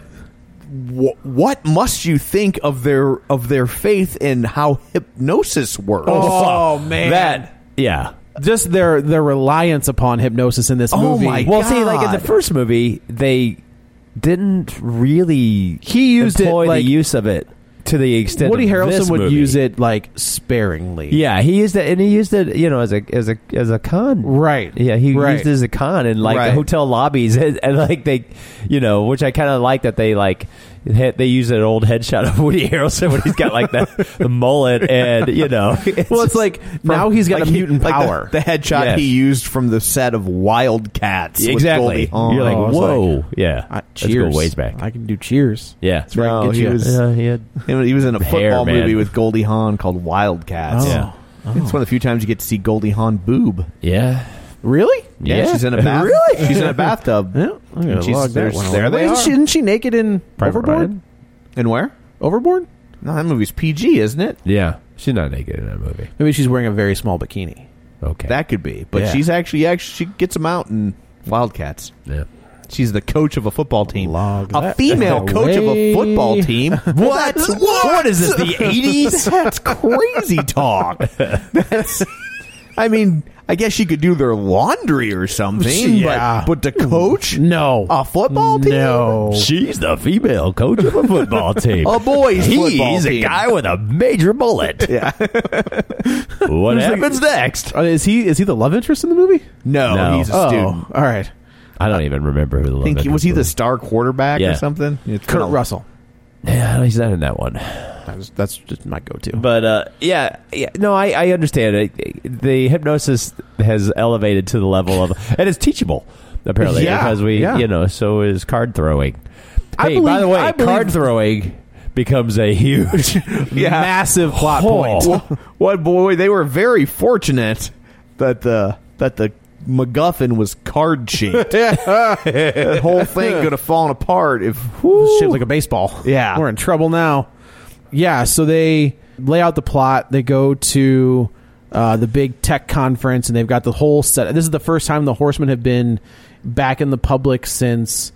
S8: wh- what must you think of their of their faith in how hypnosis works?
S6: Oh, man.
S7: That yeah.
S6: Just their their reliance upon hypnosis in this
S8: Oh
S6: movie.
S8: my
S7: Well, see, like in
S8: God.
S7: the first movie, they didn't really
S6: He used it,
S7: employ
S6: like-
S7: the use of it to the extent
S6: Woody
S7: of this
S6: Harrelson would
S7: movie.
S6: use it like sparingly.
S7: Yeah, he used it, and he used it, you know, as a as a as a con.
S6: Right.
S7: Yeah, he
S6: Right.
S7: used it as a con in like
S8: Right.
S7: the hotel lobbies, and, and like they, you know, which I kind of like that they like it had, they use an old headshot of Woody Harrelson when he's got like the, the mullet and you know.
S6: well, it's like now he's got a mutant
S8: like the-
S6: power.
S8: The, headshot
S7: Yes.
S8: he used from the set of Wildcats. with
S7: Exactly.
S8: Goldie
S6: Oh,
S8: Hawn.
S7: You're like,
S8: I was
S7: whoa, yeah.
S8: I-
S7: Let's go ways back.
S6: I can do cheers.
S7: Yeah,
S6: That's where I can
S8: No,
S6: get
S8: he
S6: you.
S8: was,
S7: Yeah, he had
S8: he was- he was in a
S7: hair,
S8: football
S7: man.
S8: movie with Goldie Hawn called Wildcats.
S6: Oh.
S7: Yeah.
S8: It's one of the few times you get to see Goldie Hawn boob.
S7: yeah.
S6: Really?
S8: Yeah,
S7: Yeah.
S8: she's in a bath.
S6: Really?
S8: She's in a bathtub.
S6: Yeah. I'm gonna
S8: And she's-
S6: log that
S8: there's-
S6: one.
S8: there they
S6: Wait,
S8: are.
S6: Isn't she naked in
S7: Private
S6: Overboard?
S7: Ryan?
S8: And where?
S6: Overboard?
S8: No, that movie's PG, isn't it?
S7: Yeah, she's not naked in that movie.
S6: Maybe she's wearing a very small bikini.
S7: Okay,
S8: That could be. But
S6: Yeah.
S8: she's actually, actually she gets them out in Wildcats.
S7: yeah.
S8: She's the coach of a football team.
S6: Log
S8: a
S6: that
S8: female coach of
S6: away.
S8: a football team. what?
S7: What is this, the 80s?
S8: That's crazy talk. That's, I mean, I guess she could do their laundry or something,
S6: Yeah.
S8: but, but to coach
S6: No.
S8: a football team?
S6: No.
S7: She's the female coach of a football team.
S8: A boys' football
S7: He's a
S8: team.
S7: guy with a major bullet.
S8: Yeah.
S7: What happens next?
S6: Uh, is he is he the love interest in the movie?
S8: No,
S7: No.
S8: he's a
S6: oh,
S8: student.
S6: all right.
S7: I don't even remember who the
S8: I think he,
S7: love
S8: was he the
S7: interest
S8: star quarterback
S7: Yeah.
S8: or something? It's been
S6: Kurt
S8: a-
S6: Russell.
S7: Yeah, he's not in that one.
S6: That was, that's just my go-to.
S7: But uh, yeah, yeah, no, I, I understand it. The hypnosis has elevated to the level of, and it's teachable apparently
S6: Yeah,
S7: because we,
S6: yeah.
S7: you know, so is card throwing.
S6: I
S7: hey, by
S6: believe-
S7: the way,
S6: I believe-
S7: card throwing becomes a huge, massive plot
S8: Oh,
S7: point.
S8: wha- what boy? They were very fortunate that the that the MacGuffin was card shaped. the whole thing could have fallen apart if.
S6: shaped like a baseball.
S8: Yeah.
S6: We're in trouble now. Yeah, so they lay out the plot. They go to uh, the big tech conference, and they've got the whole set. This is the first time the Horsemen have been back in the public since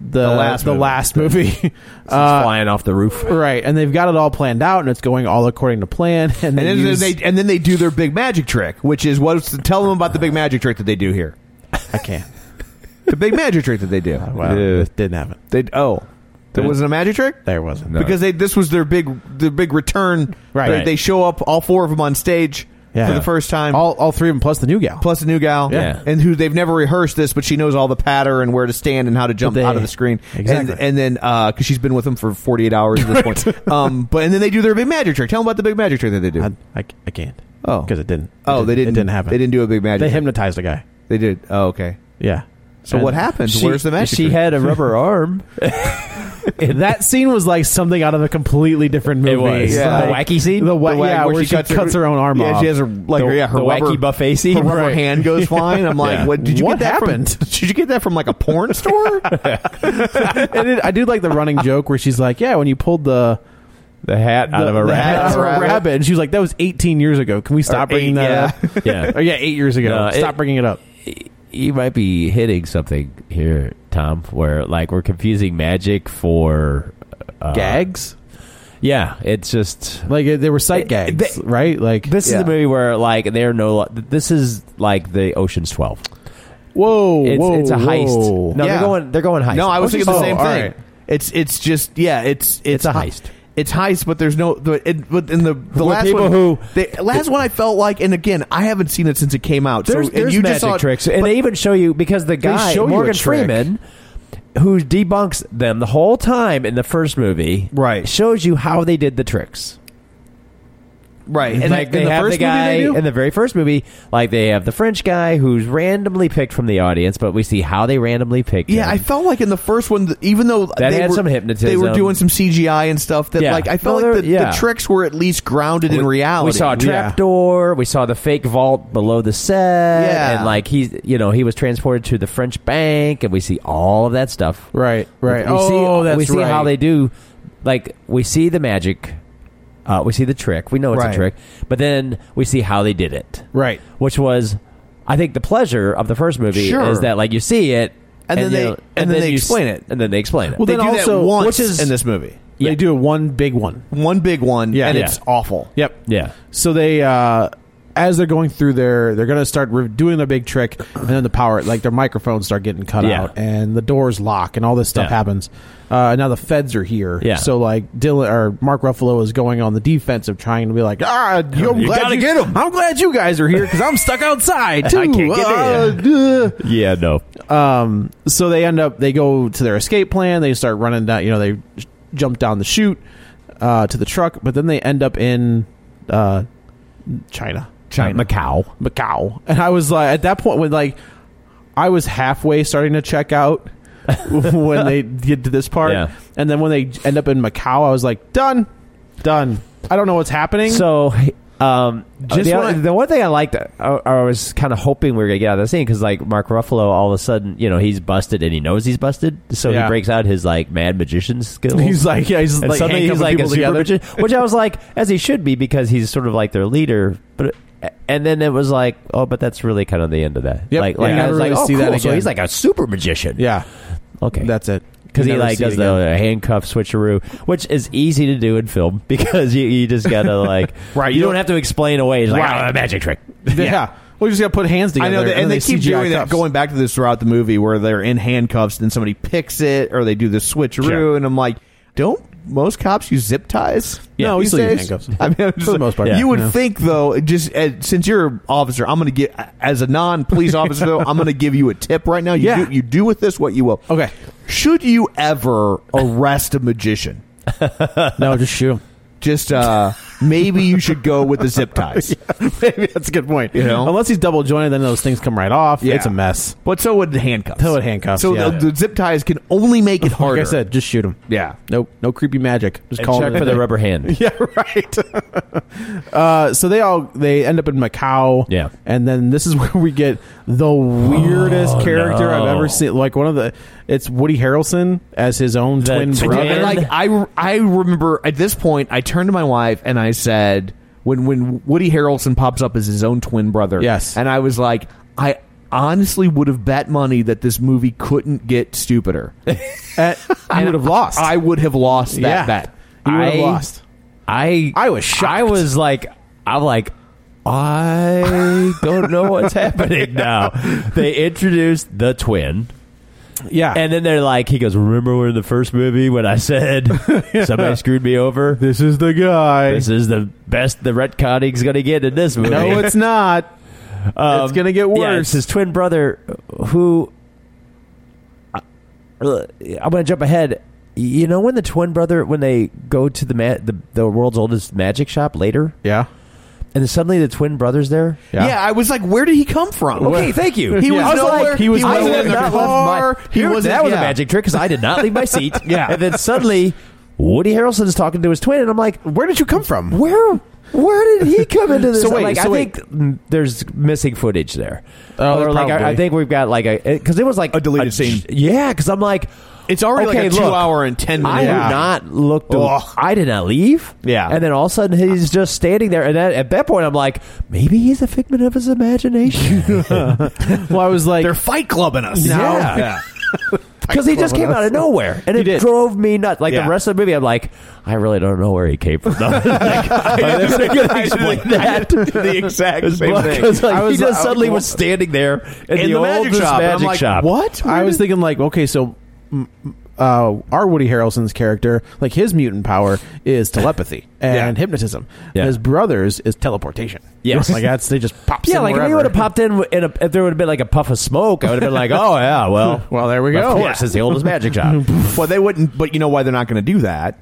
S6: the,
S8: The last
S6: the
S8: movie.
S6: last movie.
S7: flying off the roof.
S6: right, and they've got it all planned out, and it's going all according to plan. And,
S8: and
S6: they
S8: then
S6: use-
S8: they and then they do their big magic trick, which is what's tell them about the big magic trick that they do here.
S6: I can't.
S8: The big magic trick that they do.
S6: Wow,
S7: Yeah.
S6: it didn't happen.
S8: They oh, there wasn't a magic trick.
S6: There wasn't.
S8: Because they this was their big their big return.
S6: Right.
S8: They, they show up all four of them on stage
S6: Yeah.
S8: for the first time.
S6: all, all three of them plus the new gal.
S8: plus a new gal,
S7: Yeah.
S8: and who they've never rehearsed this, but she knows all the patter and where to stand and how to jump
S6: But they-
S8: out of the screen.
S6: Exactly.
S8: And, and then because she's been with them for forty eight hours at this point. Um, but and then they do their big magic trick. Tell them about the big magic trick that they do.
S6: I, I, I can't.
S8: Oh.
S6: because it didn't. It
S8: oh, they didn't.
S6: It didn't happen.
S8: They didn't do a big magic.
S6: They
S8: trick.
S6: hypnotized a guy.
S8: They did. Oh, okay.
S6: Yeah.
S8: So what happened?
S7: She-
S8: Where's the magic?
S7: She
S8: trick?
S7: had a rubber arm.
S6: that scene was like something out of a completely different movie.
S7: It was.
S8: Yeah.
S7: The
S6: Like,
S7: wacky scene?
S6: The wa-
S8: The wag-
S6: yeah, where, she cuts, her, own arm
S8: yeah,
S6: off.
S8: she has her like
S7: The-
S8: yeah, her
S7: the
S8: rubber,
S7: wacky buffet scene?
S8: Her rubber
S7: Right.
S8: hand goes flying. I'm like,
S7: Yeah.
S8: what? Did you
S6: What
S8: get that
S6: happened?
S8: From, did you get that from like a porn store?
S6: And it- I do like the running joke where she's like, "Yeah, when you pulled the,
S7: The hat out
S6: the-
S7: of a
S6: the
S7: rack.
S6: hat out of a
S8: Rabbit.
S6: rabbit," and she was like, "That was 18 years ago. Can we stop
S8: Or
S6: bringing
S8: eight,
S6: that
S8: yeah.
S6: up?"
S7: Yeah.
S6: oh yeah, eight years ago.
S7: No,
S6: stop
S7: it-
S6: bringing it up.
S7: you might be hitting something here, Tom, where like we're confusing magic for uh,
S6: gags,
S7: Yeah, it's just
S6: like uh, there were sight
S7: It-
S6: gags,
S7: they-
S6: right? Like
S7: this
S8: Yeah.
S7: is the movie where like they're no. This is like the Ocean's Twelve.
S6: whoa,
S7: It's,
S6: whoa,
S7: it's a heist.
S6: whoa.
S7: No,
S8: Yeah.
S7: they're going. They're going heist.
S8: No, I was thinking the
S6: Oh,
S8: same
S6: all
S8: thing.
S6: right.
S8: It's it's just yeah, it's it's,
S7: It's a
S8: hi-
S7: heist.
S8: It's heist, but there's no. The, it, but in the the last
S7: people
S8: one,
S7: who-
S8: the last one, I felt like, and again, I haven't seen it since it came out.
S7: There's,
S8: so and
S7: there's
S8: you
S7: magic
S8: just saw it-
S7: tricks, and they even show you because the guy
S6: show you a
S7: Morgan
S6: trick.
S7: Freeman, who debunks them the whole time in the first movie,
S8: Right.
S7: shows you how they did the tricks.
S8: right? And
S7: like
S8: in
S7: they
S8: the
S7: have
S8: first
S7: the guy
S8: movie they do?
S7: in the very first movie, like they have the French guy who's randomly picked from the audience, but we see how they randomly pick.
S8: yeah,
S7: him.
S8: I felt like in the first one, th- even though
S7: That
S8: they
S7: had
S8: were,
S7: some hypnotism.
S8: they were doing some CGI and stuff. That
S7: Yeah.
S8: like I felt
S7: No,
S8: like
S7: they're-
S8: the,
S7: yeah.
S8: the tricks were at least grounded in
S7: We-
S8: reality.
S7: We saw a trapdoor. We saw the fake vault below the set.
S8: Yeah.
S7: and like he's, you know, he was transported to the French bank, and we see all of that stuff.
S6: Right, right.
S7: We
S6: Oh,
S7: see,
S6: that's
S7: we see how
S6: right.
S7: they do. Like we see the magic. Uh, we see the trick. We know it's
S8: Right.
S7: a trick, but then we see how they did it.
S6: right.
S7: which was I think the pleasure of the first movie
S8: Sure.
S7: is that like you see it
S8: And then they-
S7: you know,
S8: and then they
S7: you
S8: explain
S7: s-
S8: it.
S7: and then they explain it.
S6: Well,
S8: They
S6: then
S8: do
S6: also-
S8: that once
S6: which is-
S8: in this movie,
S7: Yeah.
S6: They do a one big one.
S8: one big one,
S6: Yeah.
S8: and
S6: Yeah.
S8: it's awful.
S6: Yep.
S7: yeah,
S6: So they, uh, as they're going through their, they're going to start re- doing their big trick, and then the power, like their microphones start getting cut
S7: Yeah.
S6: out, and the doors lock, and all this stuff
S7: Yeah.
S6: happens. Uh, now the feds are here.
S7: Yeah.
S6: So like Dylan or Mark Ruffalo is going on the defensive, trying to be like, ah, I'm
S7: You
S6: glad
S7: gotta
S6: you,
S7: get 'em."
S6: I'm glad you guys are here because I'm stuck outside too.
S7: I can't get
S6: Ah, duh."
S7: yeah, no,
S6: Um, so they end up they go to their escape plan. They start running down. You know, they jump down the chute uh, to the truck, but then they end up in uh, China.
S7: China. Macau.
S6: Macau. And I was like, at that point, when like I was halfway starting to check out when they get to this part,
S7: Yeah.
S6: and then when they end up in Macau, I was like, done, done. I don't know what's happening.
S7: So, um,
S6: Just
S7: the,
S6: wanna-
S7: the one thing I liked, I, I was kind of hoping we were gonna get out of that scene because, like, Mark Ruffalo, all of a sudden, you know, he's busted and he knows he's busted, so
S6: Yeah.
S7: he breaks out his like mad magician skills.
S6: He's like, yeah, he's just,
S7: and
S6: like
S7: suddenly he's
S6: handcuffing
S7: like
S6: people
S7: a super
S6: together.
S7: magician, which I was like, as he should be because he's sort of like their leader, but. And then it was like, oh, but that's really kind of the end of that.
S6: Yep.
S7: Like, like
S6: Yeah,
S7: I
S6: never
S7: was like,
S6: really
S7: oh,
S6: see that
S7: cool. So
S6: again.
S7: he's like a super magician.
S6: yeah,
S7: Okay.
S6: that's it.
S7: Because
S6: You
S7: he
S6: never
S7: like
S6: see it
S7: does
S6: again.
S7: the handcuff switcheroo, which is easy to do in film because you, you just gotta like
S6: Right, you
S7: You, don't
S6: don't-
S7: have to explain away. It's like
S6: Right.
S7: "Oh, a magic trick.
S6: Yeah. Well, you just got to put hands
S8: I
S6: together.
S8: know, that, and,
S6: then
S8: they, keep
S6: CGI
S8: doing that,
S6: cuffs.
S8: going back to this throughout the movie, where they're in handcuffs, then somebody picks it, or they do the switcheroo,
S7: Sure.
S8: and I'm like, don't most cops use zip ties?
S6: Yeah, we
S8: these
S6: still use
S8: days?
S6: handcuffs.
S8: I mean, I'm just
S6: For the
S8: like-
S6: most part.
S8: you
S6: Yeah.
S8: would
S6: Yeah.
S8: think though, just uh, since you're an officer, I'm going to get as a non-police officer though, I'm going to give you a tip right now. You
S6: Yeah.
S8: do, you do with this what you will.
S6: Okay.
S8: Should you ever arrest a magician?
S6: No, just shoot him.
S8: Just uh maybe you should go with the zip ties.
S6: Maybe that's a good point.
S8: You know?
S6: Unless he's double jointed, then those things come right off.
S8: Yeah.
S6: It's a mess.
S8: But so would the handcuffs.
S6: So would handcuffs,
S8: So
S6: yeah.
S8: the, the zip ties can only make it harder.
S6: Like I said, just shoot him.
S8: Yeah.
S6: Nope. No creepy magic. Just
S7: And
S6: call
S7: check
S6: him
S7: for the rubber hand.
S6: Yeah, right. uh, so they all they end up in Macau.
S7: Yeah.
S6: and then this is where we get the weirdest character
S7: no.
S6: I've ever seen. Like one of the, it's Woody Harrelson as his own
S7: The
S6: twin
S7: twin?
S6: brother.
S8: And like I, I remember at this point, I turned to my wife and I said, when when Woody Harrelson pops up as his own twin brother,
S6: Yes.
S8: and I was like, I honestly would have bet money that this movie couldn't get stupider.
S6: Uh, you would have lost.
S8: I would have lost that
S6: yeah,
S8: bet.
S6: you would
S7: I-
S6: have lost.
S7: I
S6: I was shocked.
S7: I was like, I'm like, I don't know what's happening now. They introduced the twin.
S6: Yeah,
S7: And then they're like, he goes, Remember when in the first movie when I said somebody screwed me over?
S6: this is the guy.
S7: This is the best the retconning's going to get in this movie.
S6: no, it's not.
S7: Um,
S6: it's gonna get worse.
S7: Yeah, it's his twin brother who. Uh, I'm gonna jump ahead. You know when the twin brother when they go to the ma- the, the world's oldest magic shop later,
S6: yeah.
S7: and suddenly the twin brother's there.
S8: Yeah.
S6: Yeah.
S8: I was like, where did he come from?
S7: Okay, thank you.
S8: He
S6: Yeah.
S8: was
S6: I was
S8: nowhere.
S6: like, he was
S8: I
S6: nowhere
S8: in
S6: in
S8: the
S6: the
S8: car. He
S7: Here-
S8: was
S7: that was
S8: yeah.
S7: a magic trick because I did not leave my seat.
S6: Yeah.
S7: and then suddenly Woody Harrelson's talking to his twin, and I'm like,
S6: Where did you come from?
S7: where where did he come into this?
S6: So wait,
S7: like,
S6: so
S7: I
S6: wait.
S7: think mm, there's missing footage there.
S6: Oh,
S7: or like I, I
S6: probably.
S7: think we've got like a because it was like
S8: A deleted
S7: j-
S8: scene.
S7: Yeah, because I'm like
S8: It's already
S7: okay,
S8: like a
S7: look,
S8: two-hour and ten-minute.
S7: I did not look. To,
S8: Ugh.
S7: I did not leave.
S8: Yeah.
S7: and then all of a sudden he's just standing there, and at, at that point I'm like, maybe he's a figment of his imagination.
S6: Well, I was like,
S8: They're fight clubbing us.
S7: No. Because he just came out of nowhere, and it
S6: did.
S7: drove me nuts. Like
S8: Yeah.
S7: the rest of the movie, I'm like, I really don't know where he came from. though. like, I
S8: did
S7: never
S8: the-
S7: could
S8: I did
S7: explain
S8: the- I
S7: that.
S8: did the exact
S7: It's
S8: same thing.
S7: because, like,
S8: I was
S7: he just
S8: like,
S7: suddenly
S8: what-
S7: was standing there in,
S8: In
S7: the,
S8: the magic
S7: oldest
S8: shop, and I'm
S7: magic
S8: like,
S7: shop.
S8: what?
S6: I was thinking like, okay, so mm, uh, our Woody Harrelson's character, like his mutant power is telepathy and
S7: Yeah.
S6: hypnotism.
S7: Yeah.
S6: And his brother's is teleportation.
S7: Yes.
S6: like that's they just pops.
S7: Yeah,
S6: in
S7: like if he
S6: wherever.
S7: would have popped in, in a, if there would have been like a puff of smoke, I would have been like, oh yeah, well,
S6: Well, there we go.
S7: Of course,
S6: Yeah.
S7: it's the oldest magic shop.
S8: well, they wouldn't. But you know why they're not going to do that?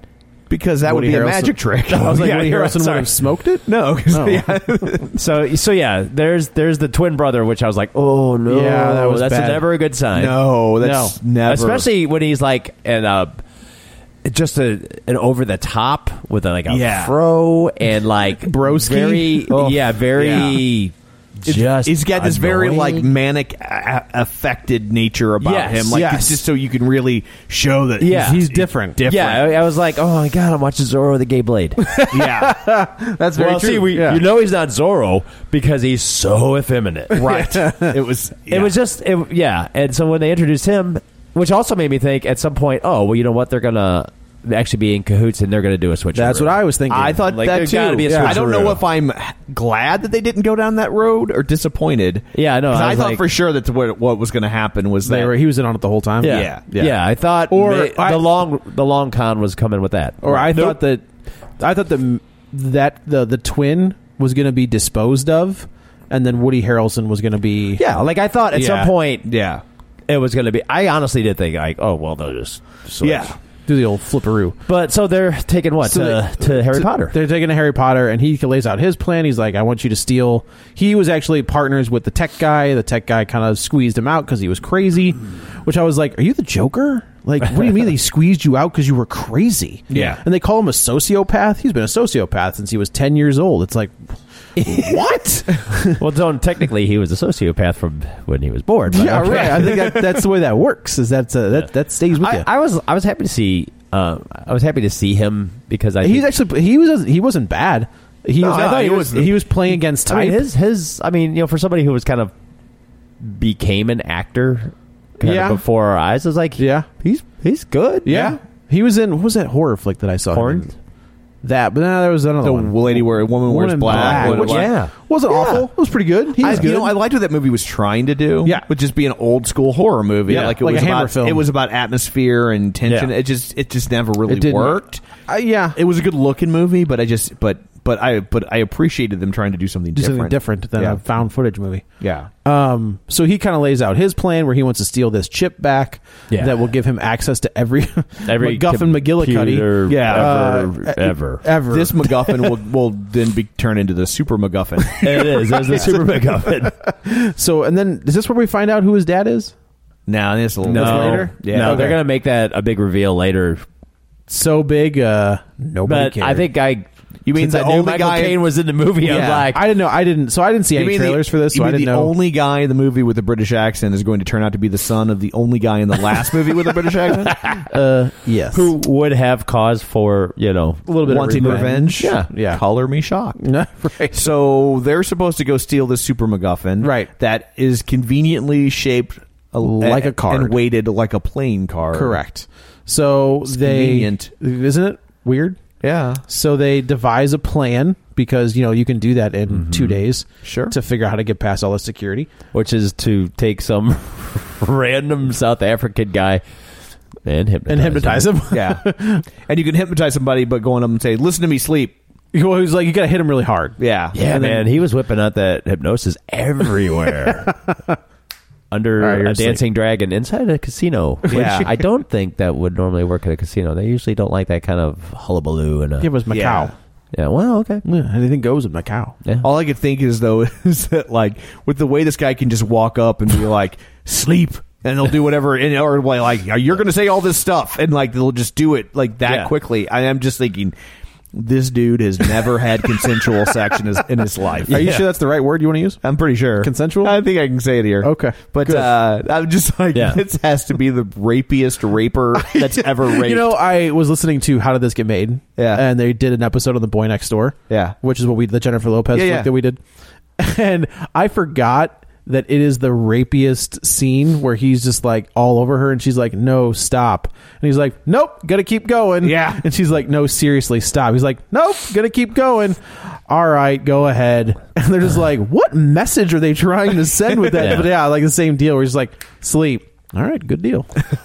S8: Because that
S6: Woody
S8: would be
S6: Harrelson-
S8: a magic trick.
S6: I was like,
S7: Yeah,
S6: Woody
S7: you're right,
S6: Harrelson would
S7: sorry.
S6: have smoked it.
S8: no, 'cause-
S6: Oh.
S8: yeah.
S7: So so yeah, there's there's the twin brother, which I was like, oh no,
S6: Yeah, that was
S7: that's
S6: bad.
S7: never a good sign.
S8: no, that's never.
S7: Especially when he's like an uh, just a an over the top with a, like a
S8: Yeah.
S7: fro and like
S6: Broski?
S7: Very
S6: Oh.
S7: yeah, very
S8: Yeah.
S7: just.
S8: he's got this very
S7: annoying.
S8: like manic a- a- affected nature about
S7: Yes,
S8: him. Like
S7: yes.
S8: it's just so you can really show that.
S7: Yeah. He's
S8: he's,
S6: different.
S8: Different.
S7: Yeah, I, I was like, oh my god, I'm watching Zorro the Gay Blade.
S8: yeah.
S6: That's very
S7: well,
S6: true.
S7: see, we,
S6: Yeah.
S7: you know he's not Zorro because he's so effeminate.
S8: right. It was. yeah.
S7: It was just, it, yeah. And so when they introduced him, which also made me think at some point, oh, well, you know what? They're going to actually be in cahoots and they're going to do a switch.
S6: that's what I was thinking.
S8: I thought
S7: Like,
S8: that
S7: there's
S8: too.
S7: gotta be a
S8: Yeah. I don't know
S7: switcheroo.
S8: if I'm glad that they didn't go down that road or disappointed.
S7: Yeah, I know.
S8: 'Cause
S7: I
S8: I,
S7: was
S8: thought
S7: like-
S8: for sure that what, what was going to happen was
S6: they
S8: that
S6: were. He was in on it the whole time.
S7: Yeah.
S8: Yeah.
S7: Yeah.
S8: Yeah.
S7: I thought
S6: Or
S7: may-
S6: I-
S7: the long the long con was coming with that.
S6: Or I thought that I thought that that the the twin was going to be disposed of, and then Woody Harrelson was going to be
S7: Yeah, like I thought at
S6: Yeah.
S7: some point
S8: Yeah.
S7: it was going to be I honestly did think like, oh, well, they'll just switch.
S8: Yeah.
S6: do the old flipperoo.
S7: But so they're taking what
S6: So
S7: to,
S6: they-
S7: to Harry Potter.
S6: They're taking a Harry Potter, and he lays out his plan. He's like, "I want you to steal." He was actually partners with the tech guy. The tech guy kind of squeezed him out because he was crazy. Which I was like, "Are you the Joker? Like, what do you mean they squeezed you out because you were crazy?"
S7: Yeah.
S6: and they call him a sociopath. He's been a sociopath since he was ten years old. It's like, what?
S7: well, don't technically he was a sociopath from when he was born. but
S6: yeah,
S7: okay.
S6: right. I think that, that's the way that works. Is that's uh, that that stays with
S7: I,
S6: you.
S7: I was I was happy to see uh, I was happy to see him because I
S6: he's
S7: think-
S6: actually he was he wasn't bad. He
S7: No,
S6: was, I
S7: no,
S6: thought
S7: he
S6: he, was
S7: wasn't.
S6: he was playing against
S7: I
S6: type.
S7: mean, his his I mean you know for somebody who was kind of became an actor kind
S6: Yeah.
S7: of before our eyes I was like
S6: yeah
S7: he's he's good
S6: Yeah. He was in what was that horror flick that I saw? him
S7: Porn?
S6: in? That, but no, there was another
S8: The
S6: one.
S8: lady where a woman
S6: Woman
S8: wears
S6: in
S8: black.
S6: Black, which-
S7: yeah.
S6: Wasn't
S8: Yeah.
S6: awful. It was pretty good. He
S8: I,
S6: was
S8: you
S6: good.
S8: know, I liked what that movie was trying to do.
S6: Yeah.
S8: would just be an old school horror movie.
S6: Yeah,
S8: like it
S6: like
S8: was
S6: a Hammer
S8: about,
S6: film.
S8: It was about atmosphere and tension.
S7: Yeah.
S8: It just it just never really
S6: It didn't-
S8: worked.
S6: Uh, yeah,
S8: It was a good looking movie, but I just but but I but I appreciated them trying to do something Uh,
S6: do
S8: different.
S6: something different than
S8: yeah.
S6: a found footage movie.
S8: yeah.
S6: Um, so he kind of lays out his plan where he wants to steal this chip back
S7: Yeah.
S6: that will give him access to every
S7: every
S6: MacGuffin
S7: computer
S6: McGillicuddy
S8: Yeah.
S7: ever
S6: Uh,
S7: ever
S6: ever.
S8: This MacGuffin will will then be turned into the Super MacGuffin.
S7: it is there's the super MacGuffin
S6: so, and then is this where we find out who his dad is?
S8: now that's a little
S7: no
S6: later?
S7: yeah
S8: Yeah,
S7: no they're
S8: okay.
S7: gonna make that a big reveal later
S6: So big, uh, nobody
S7: but
S6: cared.
S7: I think I
S8: You mean
S7: since I
S8: the
S7: knew
S8: only
S7: Michael
S8: guy-
S7: Caine was in the movie I was
S8: Yeah.
S7: like
S6: I didn't know. I didn't. So I didn't see
S8: You
S6: any
S8: mean the-
S6: trailers for this.
S8: you
S6: So I
S8: mean
S6: didn't
S8: the
S6: know.
S8: only guy in the movie with a British accent is going to turn out to be the son of the only guy in the last movie with a British accent.
S6: yes.
S7: who would have cause for you know
S6: A little bit of
S8: wanting revenge.
S6: Yeah. Yeah.
S8: Color me shocked.
S6: right.
S8: So they're supposed to go steal this super MacGuffin,
S6: Right.
S8: That is conveniently shaped a,
S6: Like a card.
S8: and weighted like a plane card.
S6: Correct. So they
S8: convenient.
S6: isn't it weird?
S8: Yeah.
S6: So they devise a plan because you know you can do that in two days.
S8: Mm-hmm. Sure.
S6: To figure out how to get past all the security.
S7: which is to take some random South African guy and hypnotize
S6: And hypnotize him.
S8: Yeah. and you can hypnotize somebody, but go on up and say, "Listen to me, sleep."
S6: Well, he was like, you got to hit him really hard.
S8: Yeah.
S7: Yeah,
S8: And then-
S7: man, he was whipping out that hypnosis everywhere. Under
S6: All right, you're
S7: a dancing dragon inside a casino, which
S8: Yeah.
S7: I don't think that would normally work at a casino. They usually don't like that kind of hullabaloo and a,
S6: It was Macau.
S8: Yeah.
S7: yeah. Well, okay,
S6: Yeah, anything goes with Macau.
S7: yeah.
S8: All I could think is though is that like with the way this guy can just walk up and be like sleep and they'll do whatever and or like you're gonna say all this stuff and like they'll just do it like that
S7: Yeah.
S8: quickly. I am just thinking this dude has never had consensual sex in his, in his life.
S6: Are you sure that's the right word you want to use?
S8: I'm pretty sure
S6: Consensual?
S8: I think I can say it here.
S6: Okay.
S8: but
S6: Good.
S8: uh, I'm just like
S7: Yeah.
S8: this has to be the rapiest raper that's ever raped.
S6: You know, I was listening to How Did This Get Made?
S8: Yeah.
S6: And they did an episode on The Boy Next Door.
S8: Yeah.
S6: Which is what we, the Jennifer Lopez
S8: Yeah,
S6: flick
S8: yeah.
S6: that we did. And I forgot that it is the rapiest scene where he's just like all over her and she's like, no, stop. And he's like, nope, gotta keep going.
S8: Yeah.
S6: And she's like, no, seriously, stop. He's like, nope, gonna keep going. All right, go ahead. And they're just like, what message are they trying to send with that?
S7: Yeah.
S6: But yeah, like the same deal where he's like, sleep. All right, good deal.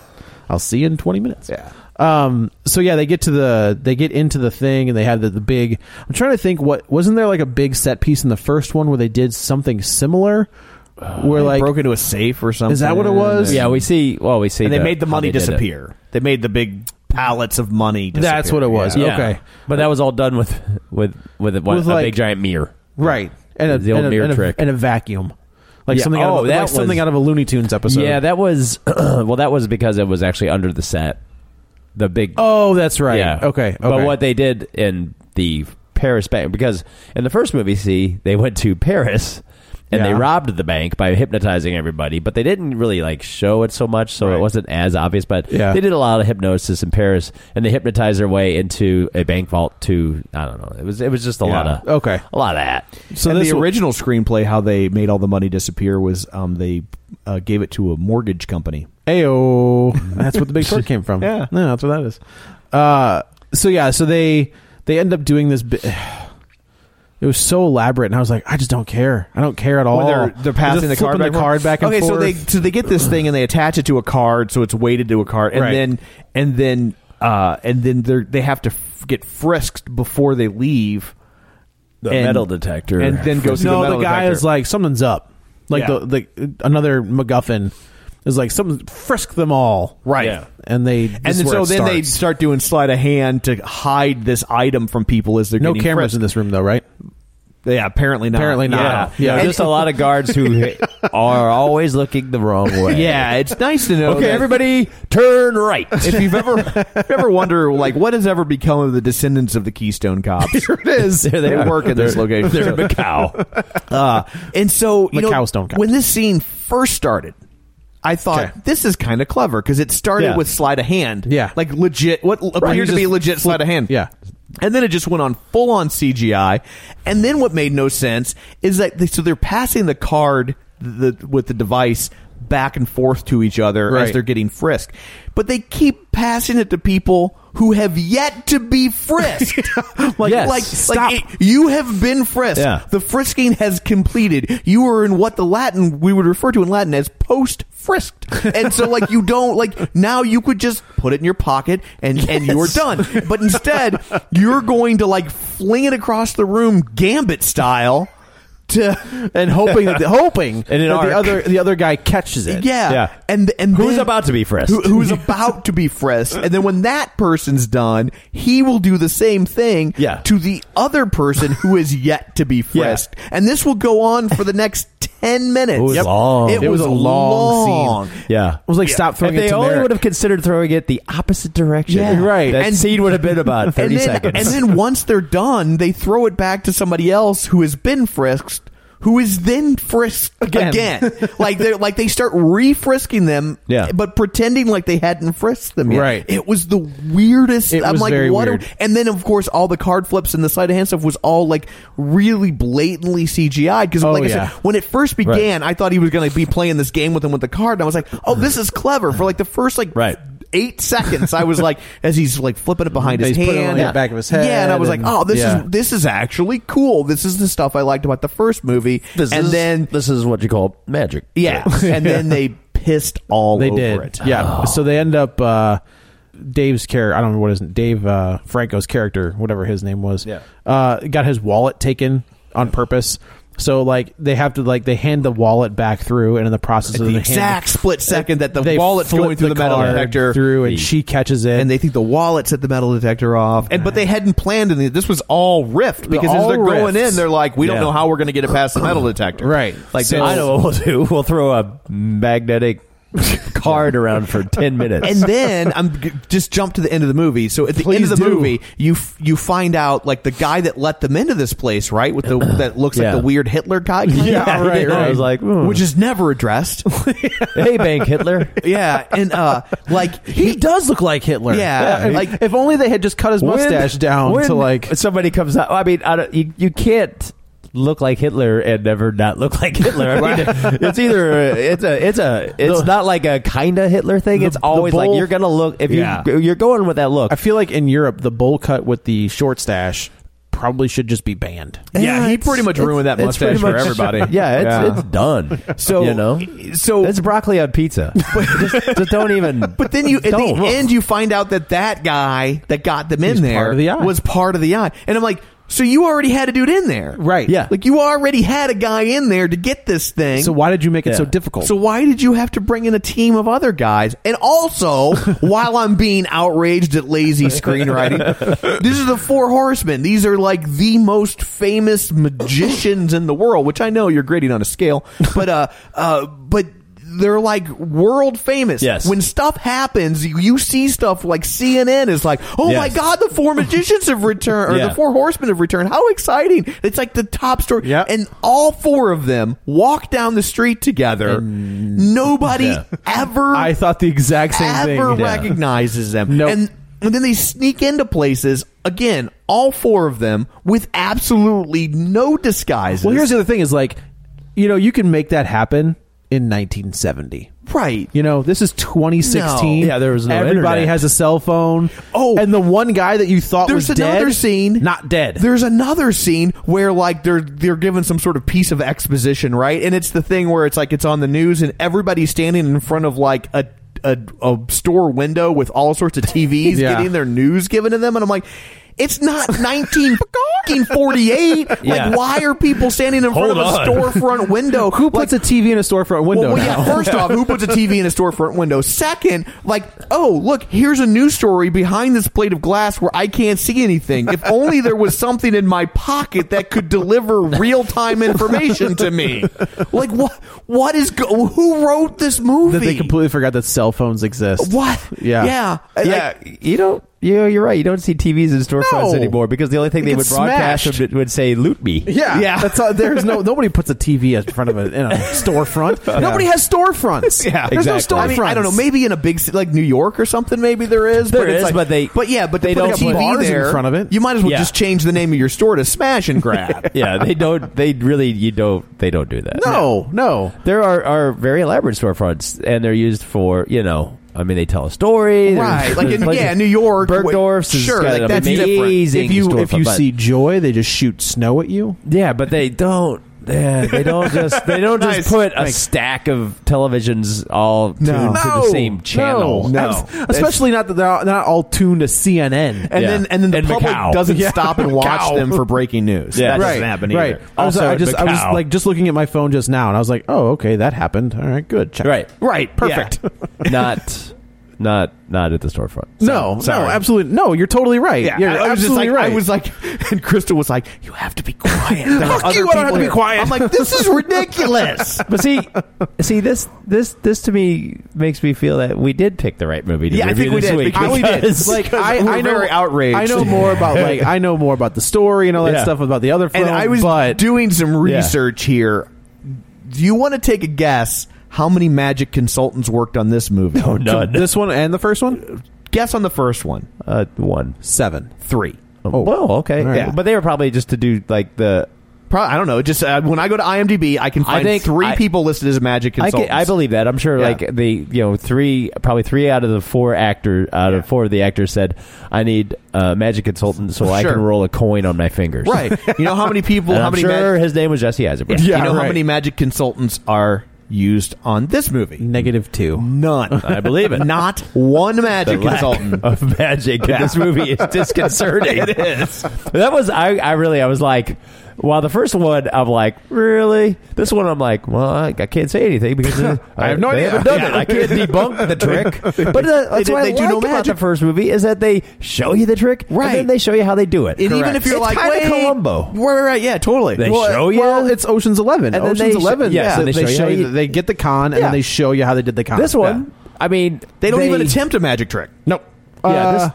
S6: I'll see you in 20 minutes.
S8: Yeah.
S6: Um, so yeah, they get to the, they get into the thing and they have the, the big, I'm trying to think what, wasn't there like a big set piece in the first one where they did something similar?
S7: Uh,
S6: where like,
S8: broke into a safe or something.
S6: Is that what it was?
S7: yeah. We see. Well, we see.
S8: and they
S7: the-
S8: made the
S7: how
S8: money
S7: they did it.
S8: disappear. They made the big pallets of money. disappear.
S6: That's what it was.
S8: Yeah.
S7: Yeah.
S6: Okay.
S7: but that was all done with with with, one,
S6: With,
S7: a
S6: like-
S7: big giant mirror.
S6: right. And a,
S7: The old
S6: and a-
S7: mirror
S6: and a-
S7: trick.
S6: and a vacuum. Like
S7: Yeah.
S6: something out
S7: Oh,
S6: of, a-
S7: that
S6: like something
S7: was-
S6: out of a Looney Tunes episode.
S7: yeah, that was well. That was because it was actually under the set. The big
S6: oh, that's right.
S7: Yeah.
S6: Okay. okay.
S7: But what they did in the Paris bank, because in the first movie, see, they went to Paris and they
S6: Yeah.
S7: robbed the bank by hypnotizing everybody, but they didn't really like show it so much, so it wasn't as obvious. But
S6: Yeah.
S7: they did a lot of hypnosis in Paris, and they hypnotized their way into a bank vault. To I don't know, it was it was just a lot of
S6: Okay.
S7: a lot of that.
S6: So
S8: and
S6: this
S8: the
S6: w-
S8: original screenplay, how they made all the money disappear, was um, they uh, gave it to a mortgage company.
S6: Ayo. That's what the big short came from.
S8: Yeah.
S6: No, that's what that is. Uh, so yeah, so they they end up doing this. Bi- it was so elaborate, and I was like, I just don't care. I don't care at all.
S8: When they're they're passing the
S6: just
S8: card
S6: flipping the
S8: back,
S6: card back and
S8: okay,
S6: forth.
S8: so they so they get this thing and they attach it to a card, so it's weighted to a card, and
S6: Right.
S8: then and then uh, and then they they have to f- get frisked before they leave.
S7: The
S8: And-
S7: metal detector,
S8: and then go through
S6: no,
S8: the, metal
S6: guy
S8: detector.
S6: is like, something's up. Like
S8: Yeah.
S6: the, the another MacGuffin It's like something frisk them all,
S8: Right. Yeah.
S6: And they
S8: and
S6: this is
S8: then,
S6: where
S8: so
S6: it
S8: then they
S6: starts.
S8: start doing sleight of hand to hide this item from people as they're
S6: no
S8: getting
S6: cameras in
S8: frisked.
S6: this room though, right?
S8: Yeah, apparently not.
S6: Apparently
S10: Yeah,
S6: not.
S10: yeah.
S6: And-
S10: Just a lot of guards who are always looking the wrong way.
S8: Yeah, it's nice to know.
S10: Okay,
S8: that-
S10: everybody, turn right.
S8: If you've ever, if you ever wonder, like, what has ever become of the descendants of the Keystone Cops?
S6: Sure it is.
S8: they
S10: are.
S8: work in this location.
S10: They're in Macau.
S8: Uh, and so, you know,
S6: Macau Stone Cops.
S8: when this scene first started, I thought
S6: Okay.
S8: this is kind of clever because it started
S6: Yeah.
S8: with sleight of hand.
S6: Yeah.
S8: like legit. What appeared to
S6: You
S8: be
S6: just
S8: legit sleight of hand.
S6: yeah.
S8: And then it just went on full on CGI. And then what made no sense is that they, so they're passing the card the, with the device back and forth to each other as
S6: Right.
S8: they're getting frisked. But they keep passing it to people who have yet to be frisked. like,
S10: Yes.
S8: like,
S10: Stop.
S8: like it- you have been frisked.
S10: Yeah.
S8: The frisking has completed. You are in what the Latin we would refer to in Latin as post frisked. And so like you don't like now you could just put it in your pocket and and you're done. But instead, you're going to like fling it across the room gambit style to
S6: And hoping that hoping
S10: In an
S6: that
S10: arc.
S6: the other the other guy catches it.
S8: yeah.
S10: Yeah.
S8: And and
S10: Who's
S8: then-
S10: about to be frisked?
S8: Who, who's about to be frisked? And then when that person's done, he will do the same thing
S10: Yeah.
S8: to the other person who is yet to be
S10: Yeah.
S8: frisked. And this will go on for the next 10 minutes. It
S10: was long.
S8: It,
S6: It
S8: was,
S6: was a long scene.
S8: long.
S10: Yeah.
S6: It was like stop
S10: If
S6: throwing it
S10: they
S6: to
S10: only
S6: Merrick.
S10: would have considered throwing it the opposite direction,
S8: Yeah. Right.
S10: That
S8: And-
S10: scene would have been about thirty
S8: and then,
S10: seconds.
S8: And then once they're done, they throw it back to somebody else who has been frisked, who is then frisked again.
S6: Again.
S8: like they are like they start refrisking them,
S10: Yeah.
S8: but pretending like they hadn't frisked them yet.
S6: Right.
S8: It was the weirdest.
S6: It
S8: I'm
S6: was
S8: like,
S6: very
S8: what? are-
S6: weird.
S8: and then of course all the card flips and the sleight of hand stuff was all like really blatantly CGI because
S6: Oh,
S8: like I
S6: yeah.
S8: said, when it first began, I thought he was going to be playing this game with him with the card, and I was like, oh, this is clever. For like the first like
S10: Right.
S8: eight seconds, I was like, as he's like flipping it behind his
S6: He's
S8: hand,
S6: putting it on the back of his head
S8: Yeah, and I was
S6: and-
S8: like, oh, this
S6: yeah.
S8: is this is actually cool. This is the stuff I liked about the first movie.
S10: this
S8: and
S10: is,
S8: then
S10: this is what you call magic.
S8: yeah, and then they pissed all
S6: They
S8: over
S6: did.
S8: it. Oh.
S6: Yeah. So they end up uh, Dave's character. I don't know what his Dave uh, Franco's character, whatever his name was.
S10: Yeah.
S6: Uh, got his wallet taken on purpose. So like they have to like they hand the wallet back through, and in the process of
S8: the
S6: the
S8: exact split second that the
S6: they
S8: wallet's
S6: flip
S8: going through the, metal
S6: card
S8: detector
S6: through, and she catches it,
S8: and they think the wallet set the metal detector off. And but they hadn't planned any. This was all rift because as
S6: all
S8: they're going
S6: rifts.
S8: in, they're like, we don't
S10: Yeah.
S8: know how we're going to get it past the metal detector.
S6: Right.
S8: Like
S6: So-
S8: this-
S10: I know what we'll do. We'll throw a magnetic card around for ten minutes.
S8: And then I'm g- just jump to the end of the movie. So at the end
S6: Please
S8: of the
S6: do.
S8: movie, you f- you find out like the guy that let them into this place, right? With the that looks
S10: Yeah.
S8: like the weird Hitler guy.
S10: Yeah, right, right. I was like, hmm.
S8: which is never addressed.
S10: hey, Bank Hitler.
S8: yeah, and uh, like
S6: he, does look like Hitler.
S8: Yeah.
S6: If-
S8: Like-
S6: if only they had just cut his mustache
S10: When-
S6: down
S10: when
S6: to like
S10: somebody comes out. I mean, I don't, you you can't look like Hitler and never not look like Hitler. I mean, it's either it's a it's a it's
S6: The-
S10: not like a kind of Hitler thing.
S6: the-
S10: it's always
S6: the
S10: like
S6: bull-
S10: you're gonna look if
S6: Yeah.
S10: you you're going with that look.
S6: I feel like in Europe, the bowl cut with the short stash probably should just be banned.
S8: yeah, he
S10: it's-
S8: pretty much ruined that
S10: it's pretty
S8: mustache for
S10: much-
S8: everybody.
S10: Yeah, it's it's done.
S8: So-
S10: you know,
S8: so-
S10: it's broccoli on pizza. just, just don't even.
S8: But then you at
S10: Don't.
S8: the end you find out that that guy that got them in
S6: He's
S8: there
S6: part of the eye.
S8: was part of the eye, and I'm like, so you already had to do it in there,
S6: Right.
S10: Yeah.
S8: Like you already had a guy in there to get this thing.
S6: So why did you make it
S10: Yeah.
S6: so difficult?
S8: So why did you have to bring in a team of other guys? And also, while I'm being outraged at lazy screenwriting, this is the Four Horsemen. These are like the most famous magicians in the world, which I know you're grading on a scale, but uh, uh, but. They're like world famous.
S10: Yes.
S8: When stuff happens, you, you see stuff like CNN is like, oh my
S10: Yes.
S8: God, the four magicians have returned, or
S10: Yeah.
S8: the four horsemen have returned. How exciting. It's like the top story.
S6: Yep.
S8: And all four of them walk down the street together. Nobody
S10: Yeah.
S8: ever
S6: I thought the exact same
S8: ever
S6: thing.
S10: Yeah.
S8: recognizes them.
S6: Nope.
S8: And and then they sneak into places again, all four of them with absolutely no disguises.
S6: Well, here's the other thing: is like, you know, you can make that happen in 1970.
S8: right.
S6: You know, this is 2016.
S10: No. Yeah, there was no
S6: Everybody
S10: internet.
S6: has a cell phone.
S8: Oh.
S6: and the one guy that you thought
S8: There's
S6: was
S8: another
S6: dead,
S8: scene.
S6: not dead.
S8: There's another scene where like they're they're given some sort of piece of exposition, right? And it's the thing where it's like it's on the news and everybody's standing in front of like a a, a store window with all sorts of TVs
S6: Yeah.
S8: getting their news given to them, and I'm like. It's not 1948.
S6: Yeah.
S8: Like, why are people standing in front
S6: Hold
S8: of a
S6: on.
S8: storefront window?
S6: Who puts a TV in a storefront window?
S8: Well, well, yeah,
S6: now?
S8: first off, who puts a TV in a storefront window? Second, like, oh, look, here's a news story behind this plate of glass where I can't see anything. If only there was something in my pocket that could deliver real time information to me. Like, what? What is? Go- who wrote this movie?
S6: that they completely forgot that cell phones exist.
S8: What?
S6: Yeah.
S8: Yeah. I-
S7: yeah, you don't. You know, you're right. You don't see TVs in storefronts
S6: No.
S7: anymore because the only thing
S6: They
S7: they
S6: get
S7: would broadcast
S6: smashed.
S7: would, would say "loot me."
S6: Yeah, yeah. That's all, there's no nobody puts a TV in front of a, in a storefront. Nobody has storefronts.
S8: Yeah,
S6: there's
S8: exactly.
S6: no
S8: I,
S6: storefronts.
S8: mean, I don't know. Maybe in a big city like New York or something, maybe there is.
S7: There
S8: but it's
S7: is,
S8: like,
S7: but they-
S8: But yeah, but
S7: they
S8: they don't
S7: don't
S8: put a
S7: put
S8: TV
S7: bars in
S8: there
S6: front of it.
S8: You might as well
S7: Yeah.
S8: just change the name of your store to Smash and Grab.
S7: yeah, they don't. They really, you don't. They don't do that.
S6: No, no.
S7: there are, are very elaborate storefronts, and they're used for you know. I mean, they tell a story, There's-
S8: Right, like
S7: there's
S8: in
S7: places-
S8: yeah, New York,
S7: Bergdorf's
S8: wait,
S7: has
S8: Sure,
S7: got
S8: like
S7: an
S8: that's different.
S7: amazing
S6: If you if
S7: storefront,
S6: you
S7: but-
S6: see joy, they just shoot snow at you.
S7: yeah, but they don't. Yeah, they don't just they don't
S8: Nice.
S7: just put a
S8: Thanks.
S7: stack of televisions all tuned to the
S8: No.
S7: same channel.
S6: Abs- especially not that they're not all tuned to CNN.
S8: Oh. And
S7: Yeah.
S8: then and then the
S7: And
S8: public
S7: Macau.
S8: doesn't
S6: Yeah.
S8: stop and watch
S6: Macau.
S8: them for breaking news.
S7: Yeah.
S8: that
S7: Right,
S8: doesn't happen either.
S6: Right. I was,
S7: Also
S6: I
S7: in
S6: just I was
S7: Macau.
S6: like just looking at my phone just now, and I was like, oh, okay, that happened. All right, good. Check.
S7: Right.
S6: Right. Perfect.
S7: not not not at the storefront.
S6: No, no, absolutely no. You're totally right.
S8: Yeah,
S6: you're
S8: I was just
S6: absolutely
S8: like,
S6: right.
S8: I was like, and Crystal was like, "You have to be quiet." There are
S6: Fuck
S8: other
S6: you, I don't have
S8: people
S6: to be
S8: here."
S6: quiet.
S8: I'm like, "This is ridiculous."
S7: but see, see this this this to me makes me feel that we did pick the right movie to
S8: Yeah, I
S7: review
S8: think we
S7: this
S8: did,
S7: week.
S8: because-
S6: I, we did.
S7: because-
S6: Like
S8: because
S6: I,
S8: we're
S6: I know,
S8: very outraged.
S6: I know more about like I know more about the story and all that
S7: Yeah.
S6: stuff about the other film.
S8: and I was
S6: but
S8: doing some research here. Do you want to take a guess how many magic consultants worked on this movie? No,
S7: none.
S6: this one and the first one,
S8: Guess on the first one.
S7: uh, one.
S6: seven.
S8: Three.
S7: Oh, okay,
S6: all right.
S7: yeah. But they were probably just to do like the.
S8: Pro- I don't know. Just uh, when I go to IMDb, I can
S7: I
S8: find
S7: think
S8: three
S7: I-
S8: people listed as magic
S7: I,
S8: consultants.
S7: ca- I believe that. I'm sure,
S8: Yeah.
S7: like the you know three, probably three out of the four actor out of four of the actors said, "I need a magic consultant so I
S8: Sure.
S7: can roll a coin on my fingers."
S8: Right. You know how many people?
S7: And
S8: how
S7: I'm
S8: many?
S7: sure
S8: mag-
S7: his name was Jesse Eisenberg.
S8: you know how
S6: right.
S8: many magic consultants are used on this movie?
S6: Negative two.
S8: None. I believe it. Not one magic
S7: lack
S8: consultant.
S7: of magic in this movie is disconcerting. it is. That was I, I really I was like while the first one I'm like really this one I'm like well I, I can't say anything because I,
S6: have no
S7: they
S6: idea.
S7: haven't done it
S6: Yeah.
S7: I can't debunk the trick but uh, that's
S8: They-
S7: why
S8: they
S7: I
S8: do
S7: like
S8: no
S7: about
S8: magic.
S7: the first movie is that they show you the trick
S8: Right.
S7: and then they show you how they do it
S8: And even if you're
S7: it's
S8: like,
S7: kinda
S8: wait,
S7: Columbo
S8: Right, right, right, yeah, totally.
S7: They
S8: Well,
S7: show you
S6: Well, it's Ocean's Eleven.
S7: And then they
S6: Ocean's
S7: sh-
S6: Eleven.
S7: yeah, so
S6: they, show, you. They get the con, and
S7: Yeah.
S6: then they show you how they did the con.
S7: this one I mean uh,
S8: They don't even attempt a magic trick.
S6: Nope.
S7: yeah this,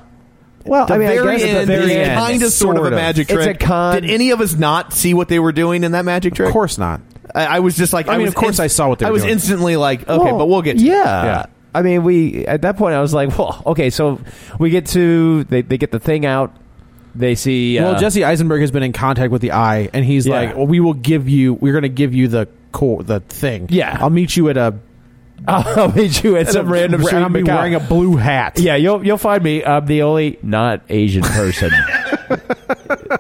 S7: well
S8: The
S7: I mean
S8: very
S7: I guess at
S8: end
S7: the very
S8: is
S7: end
S8: kind of sort of a magic
S7: It's a
S8: trick.
S7: con-
S8: Did any of us not see what they were doing in that magic trick?
S6: of course not.
S8: I, I was just like,
S6: I mean,
S8: was
S6: of course I saw what they
S8: I
S6: were
S8: was
S6: doing.
S8: instantly like, okay,
S7: Well,
S8: but we'll get. To
S7: yeah.
S6: Yeah.
S7: I mean, we at that point I was like, well, okay, so we get to they they get the thing out. They see uh,
S6: Well, Jesse Eisenberg has been in contact with the Eye, and he's
S7: Yeah.
S6: like, well, "We will give you. We're going to give you the core, the thing.
S7: Yeah.
S6: I'll meet you at a
S7: I'll meet you at
S6: at
S7: some
S6: a-
S7: random street.
S6: And I'll be
S7: in Macau.
S6: wearing a blue hat.
S7: yeah, you'll you'll find me. I'm the only not Asian person.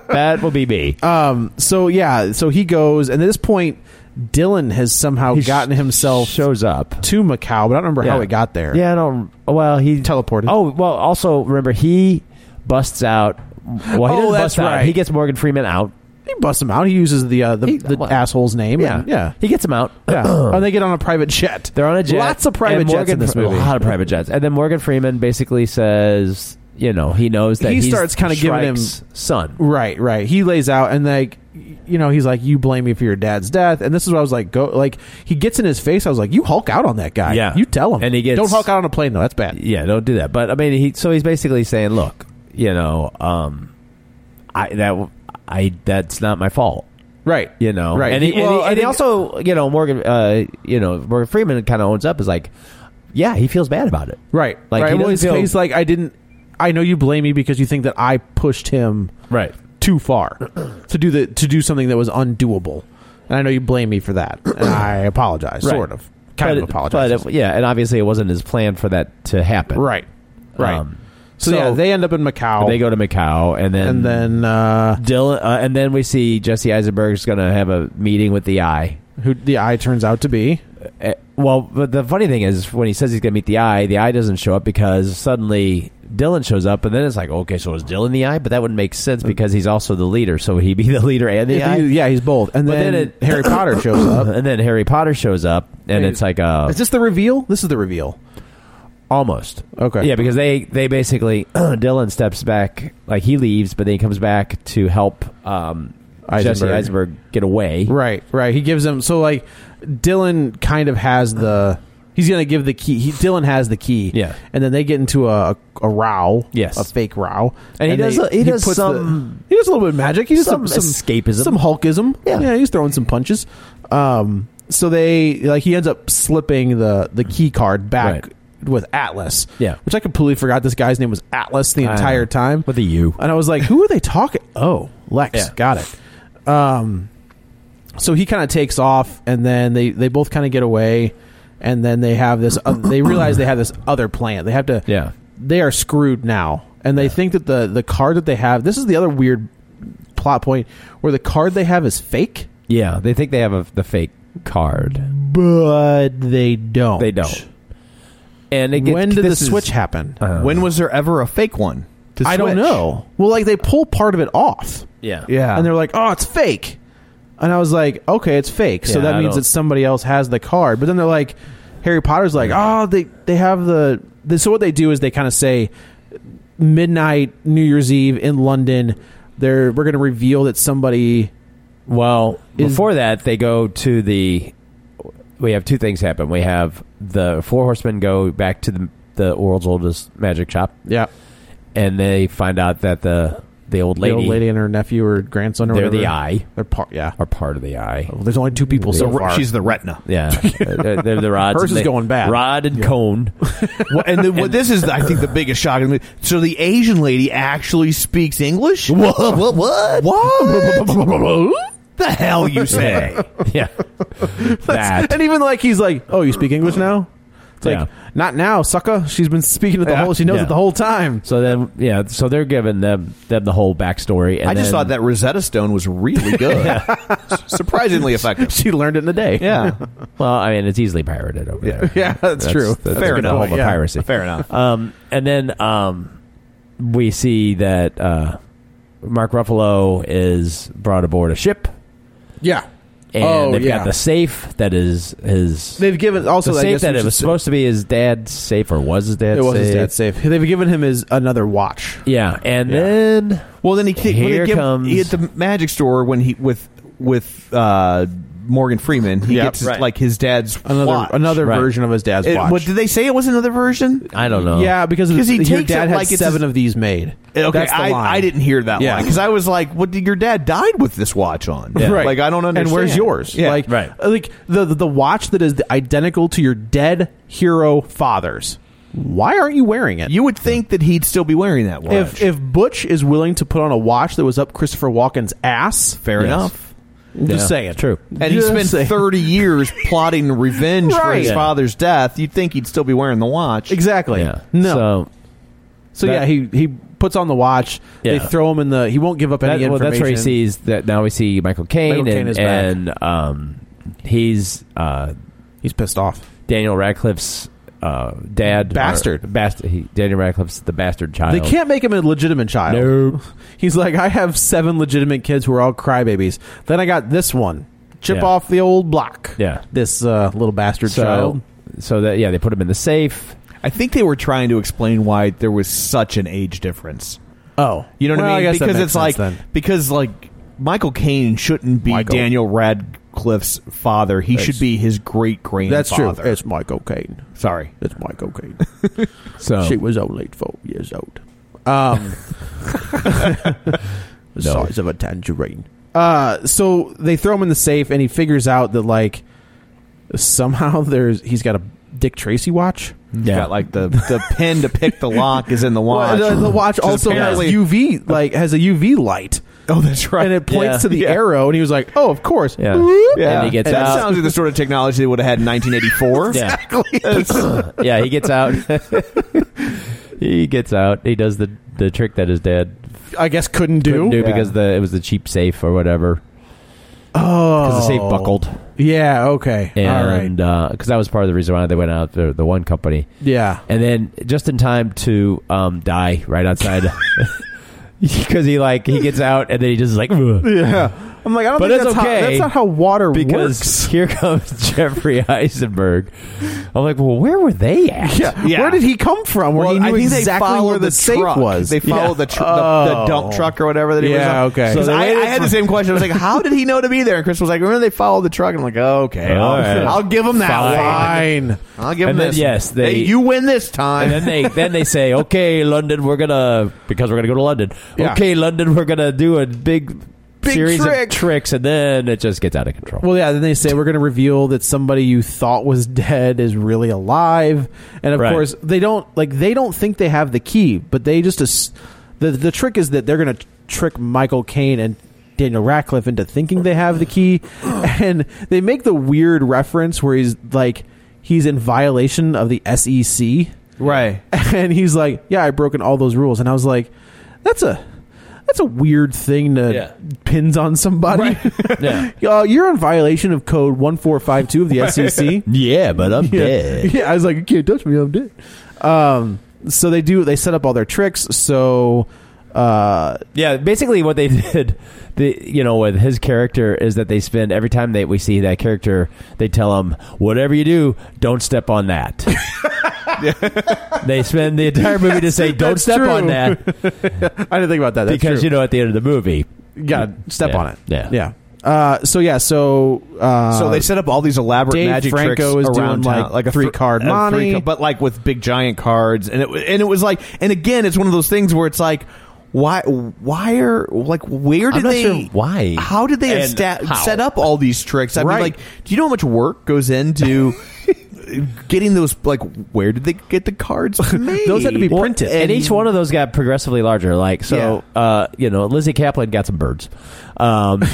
S7: that will be me.
S6: Um. So yeah. So he goes, and at this point, Dylan has somehow
S7: He sh-
S6: gotten himself
S7: shows up.
S6: to Macau, but I don't remember how
S7: Yeah.
S6: it got there.
S7: Yeah, I don't. Well, he
S6: Teleported.
S7: Oh, well. Also, remember he busts out. Well, he
S6: Oh,
S7: doesn't
S6: that's
S7: bust out.
S6: right.
S7: He gets Morgan Freeman out.
S6: He busts him out. He uses the uh, the,
S7: He-
S6: the
S7: well,
S6: asshole's name.
S7: Yeah,
S6: and- yeah.
S7: He gets him out.
S6: Yeah. and they get on a private jet.
S7: They're on a jet.
S6: Lots of private
S7: And
S6: jets
S7: Morgan
S6: in this
S7: Fre-
S6: movie.
S7: A lot of private jets. And then Morgan Freeman basically says, you know, he knows that
S6: He
S7: he's
S6: starts kinda giving him-
S7: Shrike's son.
S6: Right, right. He lays out and like you know, he's like, You blame me for your dad's death and this is what I was like, go like he gets in his face, I was like, You hulk out on that guy.
S7: Yeah.
S6: You tell him.
S7: And he gets-
S6: Don't hulk out on a plane though, that's bad.
S7: Yeah, don't do that. But I mean, he so he's basically saying, look, you know, um, I that I that's not my fault.
S6: Right.
S7: You know,
S6: Right.
S7: And he, and
S6: Well,
S7: he-
S6: I
S7: and he
S6: think-
S7: also, you know, Morgan, uh, you know, Morgan Freeman kind of owns up. Is like, yeah, he feels bad about it.
S6: Right.
S7: Like,
S6: right.
S7: he
S6: well,
S7: doesn't
S6: his
S7: feel-
S6: face like I didn't I know you blame me because you think that I pushed him
S7: Right.
S6: too far to do the to do something that was undoable. And I know you blame me for that. And I apologize,
S7: Right.
S6: sort of. Kind
S7: But
S6: of
S7: it-
S6: apologize.
S7: But it- yeah, and obviously it wasn't his plan for that to happen.
S6: right. Right.
S7: Um,
S6: so,
S7: so-
S6: yeah, they end up in Macau.
S7: They go to Macau and then
S6: and then uh
S7: Dylan, uh, and then we see Jesse Eisenberg's going to have a meeting with the Eye,
S6: who the eye turns out to be
S7: uh, Well, but the funny thing is, when he says he's going to meet the eye, the eye doesn't show up because suddenly Dylan shows up, and then it's like, okay, so is Dylan the eye? But that wouldn't make sense because he's also the leader, so would he be the leader and the
S6: Yeah,
S7: eye?
S6: he- yeah, he's both. And
S7: But
S6: then,
S7: then it-
S6: Harry Potter shows up.
S7: and then Harry Potter shows up, and
S6: Hey,
S7: it's like, uh,
S6: Is this the reveal? This is the reveal.
S7: almost
S6: Okay.
S7: Yeah, because they they basically Dylan steps back, like he leaves, but then he comes back to help um, Jesse
S6: Eisenberg.
S7: Eisenberg get away.
S6: Right, right. He gives them so like Dylan kind of has the he's gonna give the key. He, Dylan has the key.
S7: Yeah.
S6: and then they get into a a row.
S7: Yes.
S6: a fake row.
S7: And he does
S6: they-
S7: a- he does
S6: puts the-
S7: some-
S6: he does a little bit of magic. He does some,
S7: some
S6: some
S7: escapism.
S6: some Hulkism.
S7: Yeah.
S6: he's throwing some punches. Um, so they like he ends up slipping the the key card back.
S7: Right.
S6: With Atlas,
S7: Yeah.
S6: which I completely forgot. This guy's name was Atlas the
S7: I
S6: entire
S7: know.
S6: time.
S7: With a U.
S6: And I was like, who are they talking? Oh, Lex.
S7: Yeah.
S6: Got it. Um, so he kind of takes off, and then they, they both kind of get away, and then they have this. oth- they realize they have this other plan. They have to.
S7: Yeah.
S6: They are screwed now, and they think that the the card that they have. This is the other weird plot point where the card they have is fake,
S7: Yeah, they think they have a, the fake card.
S6: but they don't.
S7: They don't. And it gets,
S6: when did the
S7: this is-
S6: switch happen?
S7: Uh,
S8: when was there ever a fake one? to
S6: I don't
S8: switch?
S6: know. Well, like they pull part of it off.
S7: Yeah.
S8: Yeah.
S6: and they're like, "Oh, it's fake," and I was like, "Okay, it's fake." So
S7: Yeah,
S6: that
S7: I
S6: means
S7: don't-
S6: that somebody else has the card. But then they're like, Harry Potter's like, "Oh, they they have the." the so what they do is they kind of say, "Midnight, New Year's Eve in London." They're we're going to reveal that somebody.
S7: Well,
S6: Is-
S7: Oh, before that, they go to the. We have two things happen. We have the four horsemen go back to the the world's oldest magic shop,
S6: Yeah,
S7: and they find out that the the old lady,
S6: the old lady and her nephew or grandson or
S7: they're
S6: whatever.
S7: the eye,
S6: They're part. Yeah,
S7: are part of the eye.
S6: Well, there's only two people
S8: So
S6: so far.
S8: she's the retina.
S7: Yeah, they're, they're the rods.
S6: Hers
S7: and
S6: is going bad.
S7: Rod and cone.
S8: Well, and the, well, this is, I think, the biggest shock. in the movie. So the Asian lady actually speaks English. What? What? What? the hell you say?
S7: yeah, that.
S6: and even like he's like, "Oh, you speak English now?" It's like,
S7: Yeah.
S6: "Not now, sucker." She's been speaking it the
S7: Yeah.
S6: whole. She knows
S7: Yeah.
S6: it the whole time.
S7: So then, yeah. So they're giving them them the whole backstory. And
S8: I just
S7: then-
S8: thought that Rosetta Stone was really good, surprisingly effective.
S6: She learned it in a day.
S8: Yeah,
S7: Well, I mean, it's easily pirated over there.
S6: Yeah, that's, true.
S7: That's
S8: Fair
S7: a good
S8: enough.
S7: home of
S8: Yeah.
S7: piracy.
S8: Fair enough.
S7: Um, and then um, we see that uh, Mark Ruffalo is brought aboard a ship,
S6: Yeah.
S7: and
S6: Oh,
S7: they've
S6: yeah.
S7: got the safe that is his.
S6: They've given also
S7: the
S6: I
S7: safe
S6: guess
S7: that
S6: we
S7: it
S6: should
S7: was
S6: say-
S7: supposed to be his dad's safe, or was his dad's
S6: It was
S7: safe?
S6: his dad's safe. They've given him his another watch.
S7: Yeah, and then
S8: Well, then he kicked,
S7: Here
S8: he gave-
S7: comes-
S8: he at the magic store when he with with uh, Morgan Freeman. He
S6: Yep,
S8: gets his,
S7: right.
S8: like his dad's
S6: Another
S8: watch.
S6: another
S7: Right.
S6: version of his dad's
S8: It-
S6: watch.
S8: what did they say? It was another version.
S7: I don't know.
S6: Yeah, because
S8: 'Cause he
S6: your
S8: takes
S6: dad
S8: it
S6: had
S8: like it's
S6: seven
S8: his-
S6: of these made.
S8: Okay,
S6: That's the
S8: I,
S6: line.
S8: I didn't hear that
S6: Yeah.
S8: one because I was like, "What? Did, your dad died with this watch on?
S6: Right.
S8: Like I don't understand.
S6: And where's yours?
S8: Yeah.
S6: Like, uh,
S7: Right.
S6: like the the watch that is identical to your dead hero father's. Why aren't you wearing it?
S8: you would think that he'd still be wearing that watch.
S6: if if Butch is willing to put on a watch that was up Christopher Walken's ass,
S8: fair
S7: Yes.
S8: enough.
S6: I'm
S7: Yeah.
S6: just saying.
S7: True.
S8: And he
S6: Just
S8: spent
S6: saying.
S8: thirty years plotting revenge for
S6: Right.
S8: his
S6: Yeah.
S8: father's death. You'd think he'd still be wearing the watch.
S6: exactly.
S7: yeah.
S6: No.
S7: So
S6: So
S7: That-
S6: yeah, he he puts on the watch.
S7: Yeah.
S6: They throw him in the. He won't give up any
S7: That- well,
S6: information.
S7: that's where he sees that now we see Michael Caine,
S6: Michael Caine
S7: and,
S6: is back.
S7: and, um, he's uh,
S6: He's pissed off.
S7: Daniel Radcliffe's uh, dad,
S6: Bastard.
S7: or- bastard. He, Daniel Radcliffe's the bastard child.
S6: They can't make him a legitimate child.
S7: Nope.
S6: He's like, I have seven legitimate kids who are all crybabies. Then I got this one, chip
S7: Yeah.
S6: off the old block.
S7: Yeah.
S6: This uh, little bastard
S7: so,
S6: child.
S7: So that yeah, they put him in the safe.
S8: I think they were trying to explain why there was such an age difference.
S6: Oh,
S8: You know what
S6: Well,
S8: I mean?
S6: guess that
S8: because
S6: makes
S8: it's like
S6: sense then.
S8: because like Michael Caine shouldn't be
S6: Michael.
S8: Daniel Radcliffe's father. He should be his great
S6: That's true.
S8: grandfather.
S6: It's Michael Caine.
S8: Sorry.
S6: It's Michael Caine.
S7: So
S6: She was only four years old. Um, the
S7: No.
S6: size of a tangerine. Uh, so they throw him in the safe, and he figures out that like somehow there's he's got a Dick Tracy watch.
S8: Yeah, got like the the pin to pick the lock is in the watch.
S6: Well, the, the watch
S8: So
S6: also has
S8: apparently-
S6: UV like has a UV light,
S8: Oh, that's right.
S6: and it points
S7: Yeah.
S6: to the
S8: Yeah.
S6: arrow. And he was like, "Oh, of course."
S7: Yeah.
S6: Boop.
S8: Yeah,
S7: And he gets
S8: that
S7: out.
S8: sounds like the sort of technology they would have had in 1984.
S7: Yeah.
S8: exactly.
S7: yeah, he gets out. he gets out. He does the the trick that his dad
S6: I guess couldn't do.
S7: couldn't do
S8: Yeah.
S7: because the it was the cheap safe or whatever.
S6: Oh,
S7: Because the safe buckled.
S6: Yeah. Okay. All right.
S7: and because that was part of the reason why they went out the, the one company.
S6: Yeah.
S7: and then just in time to um, die right outside because he like he gets out and then he just is like "Ugh."
S6: Yeah. I'm like, I don't
S7: But
S6: think
S7: it's
S6: that's
S7: okay,
S6: how that's not how water
S7: because
S6: works.
S7: here comes Jeffrey Eisenberg. I'm like, well, where were they at?
S6: Yeah. Where did he come from? Where he
S8: I
S6: knew
S8: think they
S6: exactly
S8: follow
S6: where the,
S8: the
S6: safe
S8: truck.
S6: was.
S8: They follow the tr- the-
S6: Oh,
S7: Oh.
S8: the dump truck or whatever that he was
S6: yeah,
S8: on.
S6: Okay.
S8: So
S6: So
S8: I,
S6: they-
S8: I had the same question. I was like, "How did he know to be there?" And Chris was like, "Remember they followed the truck." And I'm like, "Okay, I'll,
S7: All right.
S8: I'll give him that
S6: Fine.
S8: one. I'll give him
S7: And then,
S8: this.
S7: yes, they-
S8: Hey, you win this
S7: And
S8: time."
S7: then they then they say, okay, London, we're gonna because we're gonna go to London.
S6: Yeah.
S7: Okay, London, we're gonna do a big,
S8: Big
S7: series
S8: trick.
S7: of tricks, and then it just gets out of control.
S6: Well, yeah. Then they say we're going to reveal that somebody you thought was dead is really alive, and of
S7: Right.
S6: course they don't like they don't think they have the key, but they just ass- the the trick is that they're going to trick Michael Caine and Daniel Radcliffe into thinking they have the key, and they make the weird reference where he's like he's in violation of the E SEC,
S8: right.
S6: and he's like, "Yeah, I broken all those rules," and I was like, "That's a." That's a weird thing to
S7: Yeah.
S6: pins on somebody.
S7: yeah,
S6: Uh, you're in violation of code 1452 of the SEC.
S7: yeah, but I'm
S6: yeah.
S7: dead.
S6: Yeah, I was like, you can't touch me, I'm dead. Um, so they do, they set up all their tricks. So, uh,
S7: Yeah, basically what they did, the you know, with his character is that they spend every time that we see that character, they tell him whatever you do, don't step on that. they spend the entire movie to say don't
S6: that's
S7: step on
S6: true."
S7: that
S6: I didn't think about that. That's
S7: because you know at the end of the movie,
S6: you gotta step
S7: Yeah,
S6: on it.
S7: yeah.
S6: Yeah. Uh, so yeah, so, uh,
S8: So they set up all these elaborate
S6: Dave
S8: magic
S6: Franco
S8: tricks
S6: is doing,
S8: around
S6: like,
S8: town, like a
S6: three
S8: thr-
S6: card
S8: a three
S6: money.
S8: co- but like with big giant cards, and it w- and it was like, and again, it's one of those things where it's like, why, why are like where did
S7: I'm not
S8: they
S7: sure why.
S8: How did they
S7: And
S8: esta-
S7: how.
S8: set up all these tricks? I
S6: Right.
S8: mean, like, do you know how much work goes into? Getting those, like, where did they get the cards? Made?
S6: Those had to be
S8: Well,
S6: printed.
S7: and each one of those got progressively larger. Like so, uh, you know, Lizzie Kaplan got some birds. Um,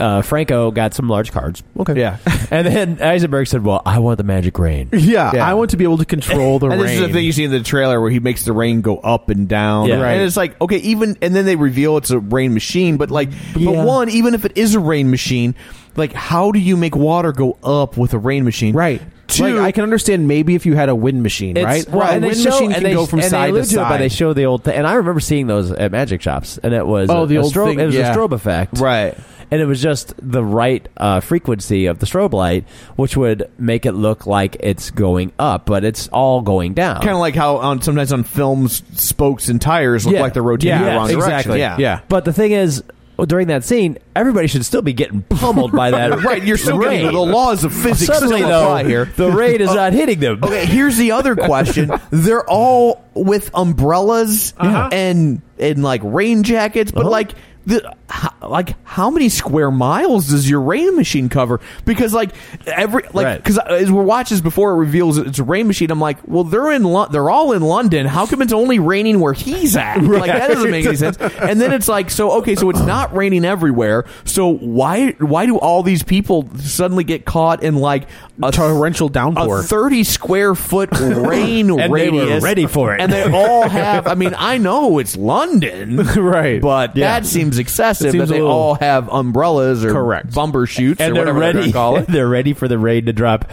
S7: uh, Franco got some large cards.
S6: okay.
S8: yeah,
S7: And then Eisenberg said, "Well, I want the magic rain."
S6: yeah.
S8: Yeah.
S6: I want to be able to control the
S8: and
S6: rain.
S8: this is the thing you see in the trailer where he makes the rain go up and down.
S7: Yeah. Right.
S8: And it's like, okay, even and then they reveal it's a rain machine, but like
S7: Yeah.
S8: but one, even if it is a rain machine, like how do you make water go up with a rain machine?
S6: Right.
S8: Two
S6: Like, I can understand maybe if you had a wind machine, right?
S7: Well,
S6: a
S7: and they
S6: wind
S7: show-
S6: machine
S7: and
S6: can
S7: they-
S6: go from
S7: and they
S6: side to
S7: allude it, but
S6: side.
S7: they show the old thing, and I remember seeing those at magic shops, and it was
S6: Oh,
S7: a-
S6: the
S7: a
S6: old
S7: strobe,
S6: thing,
S7: It was
S6: yeah.
S7: a strobe effect,
S8: Right.
S7: And it was just the right uh, frequency of the strobe light, which would make it look like it's going up, but it's all going down.
S8: Kind of like how on sometimes on films spokes and tires look
S7: Yeah.
S8: like they're
S7: Yeah,
S8: rotating the wrong
S7: exactly.
S8: direction. Yeah.
S6: Yeah.
S7: But the thing is, well, during that scene, everybody should still be getting pummeled by that.
S8: Right, you're still
S7: rain.
S8: getting the laws of physics
S7: Suddenly,
S8: still
S7: though,
S8: apply here.
S7: the rain is not hitting them.
S8: Okay, here's the other question. They're all with umbrellas and and like rain jackets, but like the how, like how many square miles does your rain machine cover? Because like every like
S7: Right.
S8: because as we're watching this before it reveals it's a rain machine, I'm like, well they're in Lo- they're all in London. How come it's only raining where he's at? Like that doesn't make any sense. And then it's like so okay, so it's not raining everywhere. So why why do all these people suddenly get caught in like a
S6: torrential downpour.
S8: a 30 square foot rain
S7: And they were
S8: radius.
S7: ready for it.
S8: And they all have, I mean, I know it's London.
S6: Right.
S8: But
S7: Yeah.
S8: that seems excessive
S7: It seems
S8: that they
S7: a little-
S8: all have umbrellas or
S6: Correct.
S8: bumper shoots
S7: and
S8: or
S7: they're
S8: whatever they're
S7: ready.
S8: gonna call it.
S7: They're ready for the rain to drop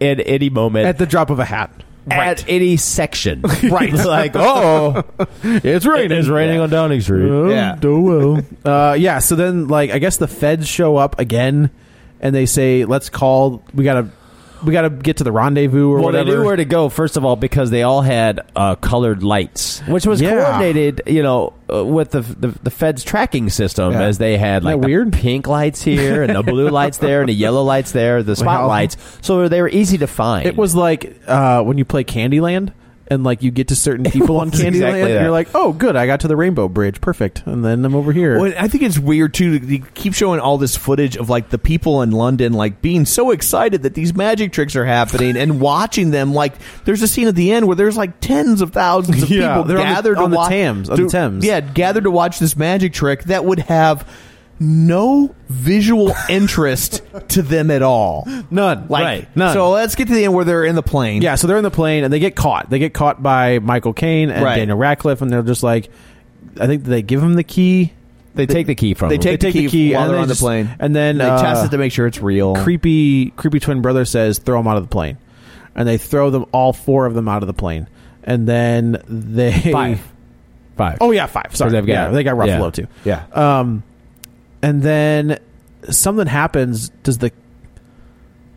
S7: at any moment
S6: at the drop of a hat.
S7: at any section. Right. like, oh,
S6: It's
S7: it is raining on Downing Street.
S8: Yeah.
S6: do well. uh, yeah. So then, like, I guess the feds show up again, and they say, "Let's call. We gotta, we gotta get to the rendezvous or
S7: Well,
S6: whatever."
S7: they knew where to go first of all because they all had uh, colored lights, which was
S6: Yeah.
S7: coordinated, you know, uh, with the, the the Fed's tracking system
S6: Yeah.
S7: as they had
S6: Isn't
S7: like
S6: that
S7: the
S6: weird?
S7: pink lights here and the blue lights there and the yellow lights there, the spotlights, so they were easy to find.
S6: it was like uh, when you play Candyland. And like you get to certain people on
S7: was
S6: Candyland,
S7: exactly
S6: and
S7: that.
S6: you're like, "Oh, good, I got to the Rainbow Bridge, perfect." And then I'm over here.
S8: Well, I think it's weird too. that They keep showing all this footage of like the people in London like being so excited that these magic tricks are happening and watching them. Like there's a scene at the end where there's like tens of thousands of
S6: Yeah,
S8: people
S6: they're on the-
S8: gathered
S6: on
S8: to
S6: the
S8: watch
S6: Thames, on
S8: to-
S6: the Thames.
S8: Yeah, gathered to watch this magic trick that would have no visual interest to them at all.
S6: none,
S8: Like
S6: right? None.
S8: so, let's get to the end where they're in the plane.
S6: Yeah, so they're in the plane and they get caught. They get caught by Michael Caine and
S8: Right.
S6: Daniel Radcliffe, and they're just like, I think they give him the key
S10: They take the key from
S8: They
S10: them.
S8: take,
S6: They
S8: the, key while
S6: and
S8: they're
S6: they
S8: on
S6: just-
S8: the plane,
S6: and then
S8: they
S6: uh,
S8: test it to make sure it's real.
S6: creepy creepy twin brother says throw him out of the plane and they throw them all four of them out of the plane and then they
S10: Five. Five.
S6: oh yeah five sorry
S10: they've got-
S6: yeah, they got
S10: yeah.
S6: Ruffalo too
S10: Yeah.
S6: um and then something happens does the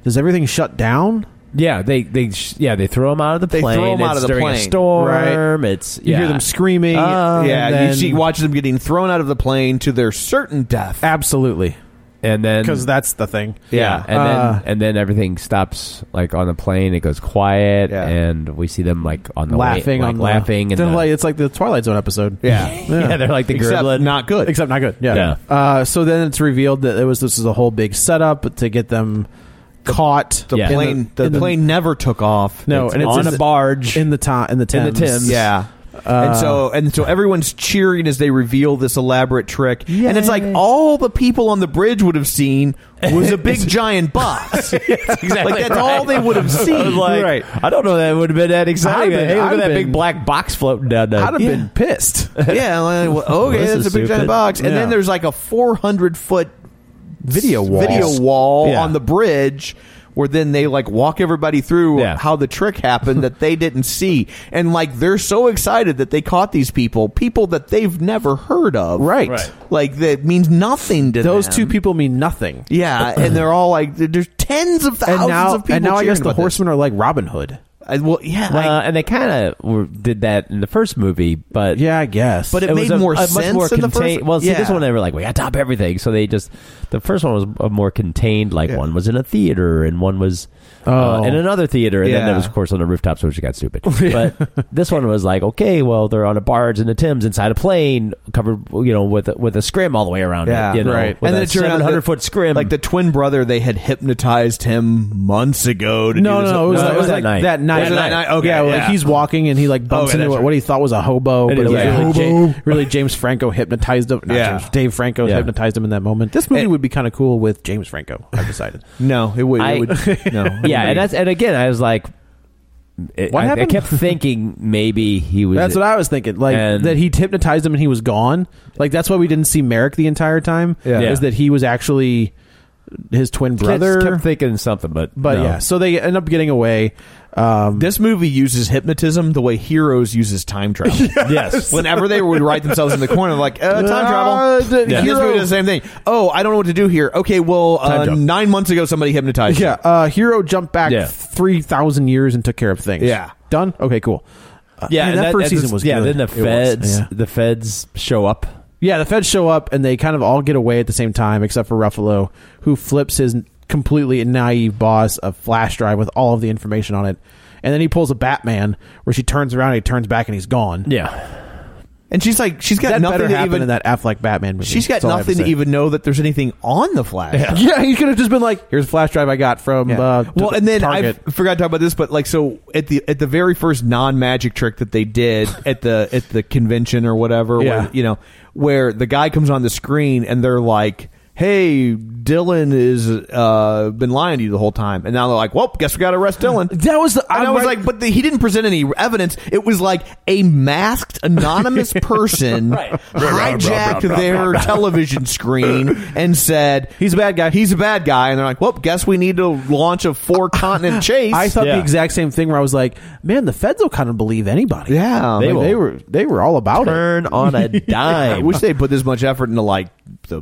S6: does everything shut down
S7: Yeah, they they sh- yeah they throw him out of the
S8: They
S7: plane.
S8: throw 'em out
S7: It's
S8: of the
S7: during a
S8: plane,
S7: storm. It's
S6: you
S7: yeah.
S6: hear them screaming
S7: Oh,
S6: and
S8: yeah, you
S6: then-
S8: see, watch them getting thrown out of the plane to their certain death.
S6: absolutely
S7: and then
S6: because that's the thing
S7: yeah, and
S6: Uh,
S7: then and then everything stops like on the plane. It goes quiet,
S8: Yeah.
S7: and we see them like on the way-
S6: laughing
S7: like,
S6: on the-
S7: laughing, and
S6: Then,
S7: the-
S6: like, it's like the Twilight Zone episode
S8: Yeah,
S7: yeah. they're like the
S8: Except
S7: gremlin.
S8: not good.
S6: except not good. Yeah.
S7: Yeah.
S6: Uh, so then it's revealed that it was this is a whole big setup to get them caught.
S8: the
S7: Yeah.
S6: in
S8: plane. The,
S6: in
S8: plane never took off.
S6: No,
S7: It's
S6: and it's
S7: on
S6: in
S7: a barge.
S6: the, in the Tha- in the Thames. Uh,
S7: the Thames.
S8: Yeah. and so and so everyone's cheering as they reveal this elaborate trick. And it's like all the people on the bridge would have seen was a big giant box.
S7: exactly
S8: Like that's
S7: right.
S8: all they would have seen.
S7: I was like,
S6: Right.
S7: I don't know that it would have been that exciting.
S6: been-
S7: hey,
S6: I'd
S7: look at
S6: have
S7: that
S6: been-
S7: big black box floating down there. Uh,
S6: I'd have been pissed.
S8: yeah, like, well, okay,
S7: This
S8: that's a big
S7: is
S8: giant
S7: stupid.
S8: box. And
S6: Yeah.
S8: then there's like a 400 foot
S6: Video wall.
S8: video wall
S7: Yeah.
S8: on the bridge where then they like walk everybody through
S7: Yeah.
S8: how the trick happened that they didn't see. And like they're so excited that they caught these people, people that they've never heard of.
S6: Right. Right.
S8: Like that means nothing to
S6: Those
S8: them.
S6: two people mean nothing.
S8: Yeah, and they're all like there's tens of thousands
S6: And now,
S8: of people.
S6: and now I
S8: cheering
S6: guess the
S8: about this.
S6: horsemen are like Robin Hood.
S8: I- well, yeah,
S7: Well,
S8: I-
S7: and they kind of did that in the first movie, but
S6: Yeah, I guess.
S8: But it
S7: was
S8: made more sense in the first-
S7: contain- Well, see, this
S8: yeah.
S7: one they were like, we got to top everything, so they just the first one was a more contained. Like
S8: Yeah.
S7: one was in a theater, and one was
S6: Oh.
S7: uh, in another theater, and then
S8: Yeah.
S7: there was of course on the rooftops, which got stupid. But this one was like, okay, well they're on a barge in the Thames inside a plane covered, you know, with a, with a scrim all the way around
S8: Yeah,
S7: it, you know,
S6: right.
S7: with and
S8: And then
S7: then
S8: it turned out that-
S7: seven hundred foot scrim,
S8: like the twin brother, they had hypnotized him months ago. To
S6: no, no,
S8: do this-
S6: no, it was,
S7: No,
S6: it was
S7: that
S6: like
S7: night.
S6: that night.
S8: Was it that night? Okay,
S6: yeah,
S8: yeah.
S6: like he's walking and he like
S8: Oh,
S6: bumps
S8: yeah,
S6: into
S8: that's
S6: what, what he thought was a hobo, but
S7: And
S6: it was
S7: he's like,
S6: really,
S7: "Hobo."
S6: Ja- really James Franco hypnotized him. Not
S8: Yeah.
S6: James, Dave Franco
S7: Yeah.
S6: hypnotized him in that moment. This movie
S8: It-
S6: would be kind of cool with James Franco. I've decided.
S8: no, it would, it
S7: I-
S8: would no,
S7: yeah, and that's and again, I was like, it,
S6: What
S7: I, I
S6: happened?
S7: kept thinking maybe he was.
S6: That's what I was thinking. Like
S7: And-
S6: that he hypnotized him and he was gone. Like that's why we didn't see Merrick the entire time.
S7: Yeah.
S6: Is that he was actually his twin
S7: kept-
S6: brother.
S7: kept thinking something, but
S6: but
S7: no.
S6: yeah, so they end up getting away. Um,
S8: This movie uses hypnotism the way Heroes uses time travel.
S7: Yes.
S8: Whenever they would write themselves in the corner, like uh, time
S6: Uh,
S8: travel.
S6: the-
S8: And This movie does the same thing. Oh, I don't know what to do here. Okay, well, uh,
S7: jump.
S8: nine months ago, somebody hypnotized. you.
S6: yeah, uh, hero jumped back
S7: Yeah.
S6: three thousand years and took care of things.
S8: Yeah.
S6: done. Okay, cool. Uh,
S7: yeah,
S6: man,
S7: and
S6: that, first
S7: and
S6: season
S7: this-
S6: was
S7: yeah.
S6: good.
S7: Then the
S6: It was,
S7: feds,
S6: yeah.
S7: the feds show up.
S6: Yeah, the feds show up and they kind of all get away at the same time, except for Ruffalo, who flips his completely naive boss a flash drive with all of the information on it. And then he pulls a Batman where she turns around, and he turns back, and he's gone.
S7: Yeah,
S8: and she's like, she's got
S6: that better
S8: nothing to
S6: happen
S8: even.
S6: in that Affleck Batman movie.
S8: she's got
S6: That's all I have
S8: nothing to,
S6: say.
S8: even know that there's anything on the Flash.
S6: Yeah, he could have just been like, "Here's a flash drive I got from uh,
S8: well,
S6: t-
S8: and then
S6: Target."
S8: I forgot to talk about this, but like, so at the at the very first non magic trick that they did at the at the convention or whatever,
S6: Yeah.
S8: where, you know, where the guy comes on the screen and they're like, "Hey, Dylan is uh been lying to you the whole time," and now they're like, "Well, guess we got to arrest Dylan."
S6: That was the-
S8: and I
S6: I'm
S8: was
S6: right-
S8: like, but the, he didn't present any evidence. It was like a masked anonymous person hijacked their television screen and said,
S6: He's a bad guy.
S8: He's a bad guy, and they're like, "Well, guess we need to launch a four continent chase."
S6: I thought
S7: Yeah.
S6: the exact same thing where I was like, "Man, the feds will kind of believe anybody."
S8: yeah,
S6: Like,
S8: they
S6: they,
S8: will.
S6: were they were all about
S8: turn
S6: it.
S8: on a dime. I wish they put this much effort into like the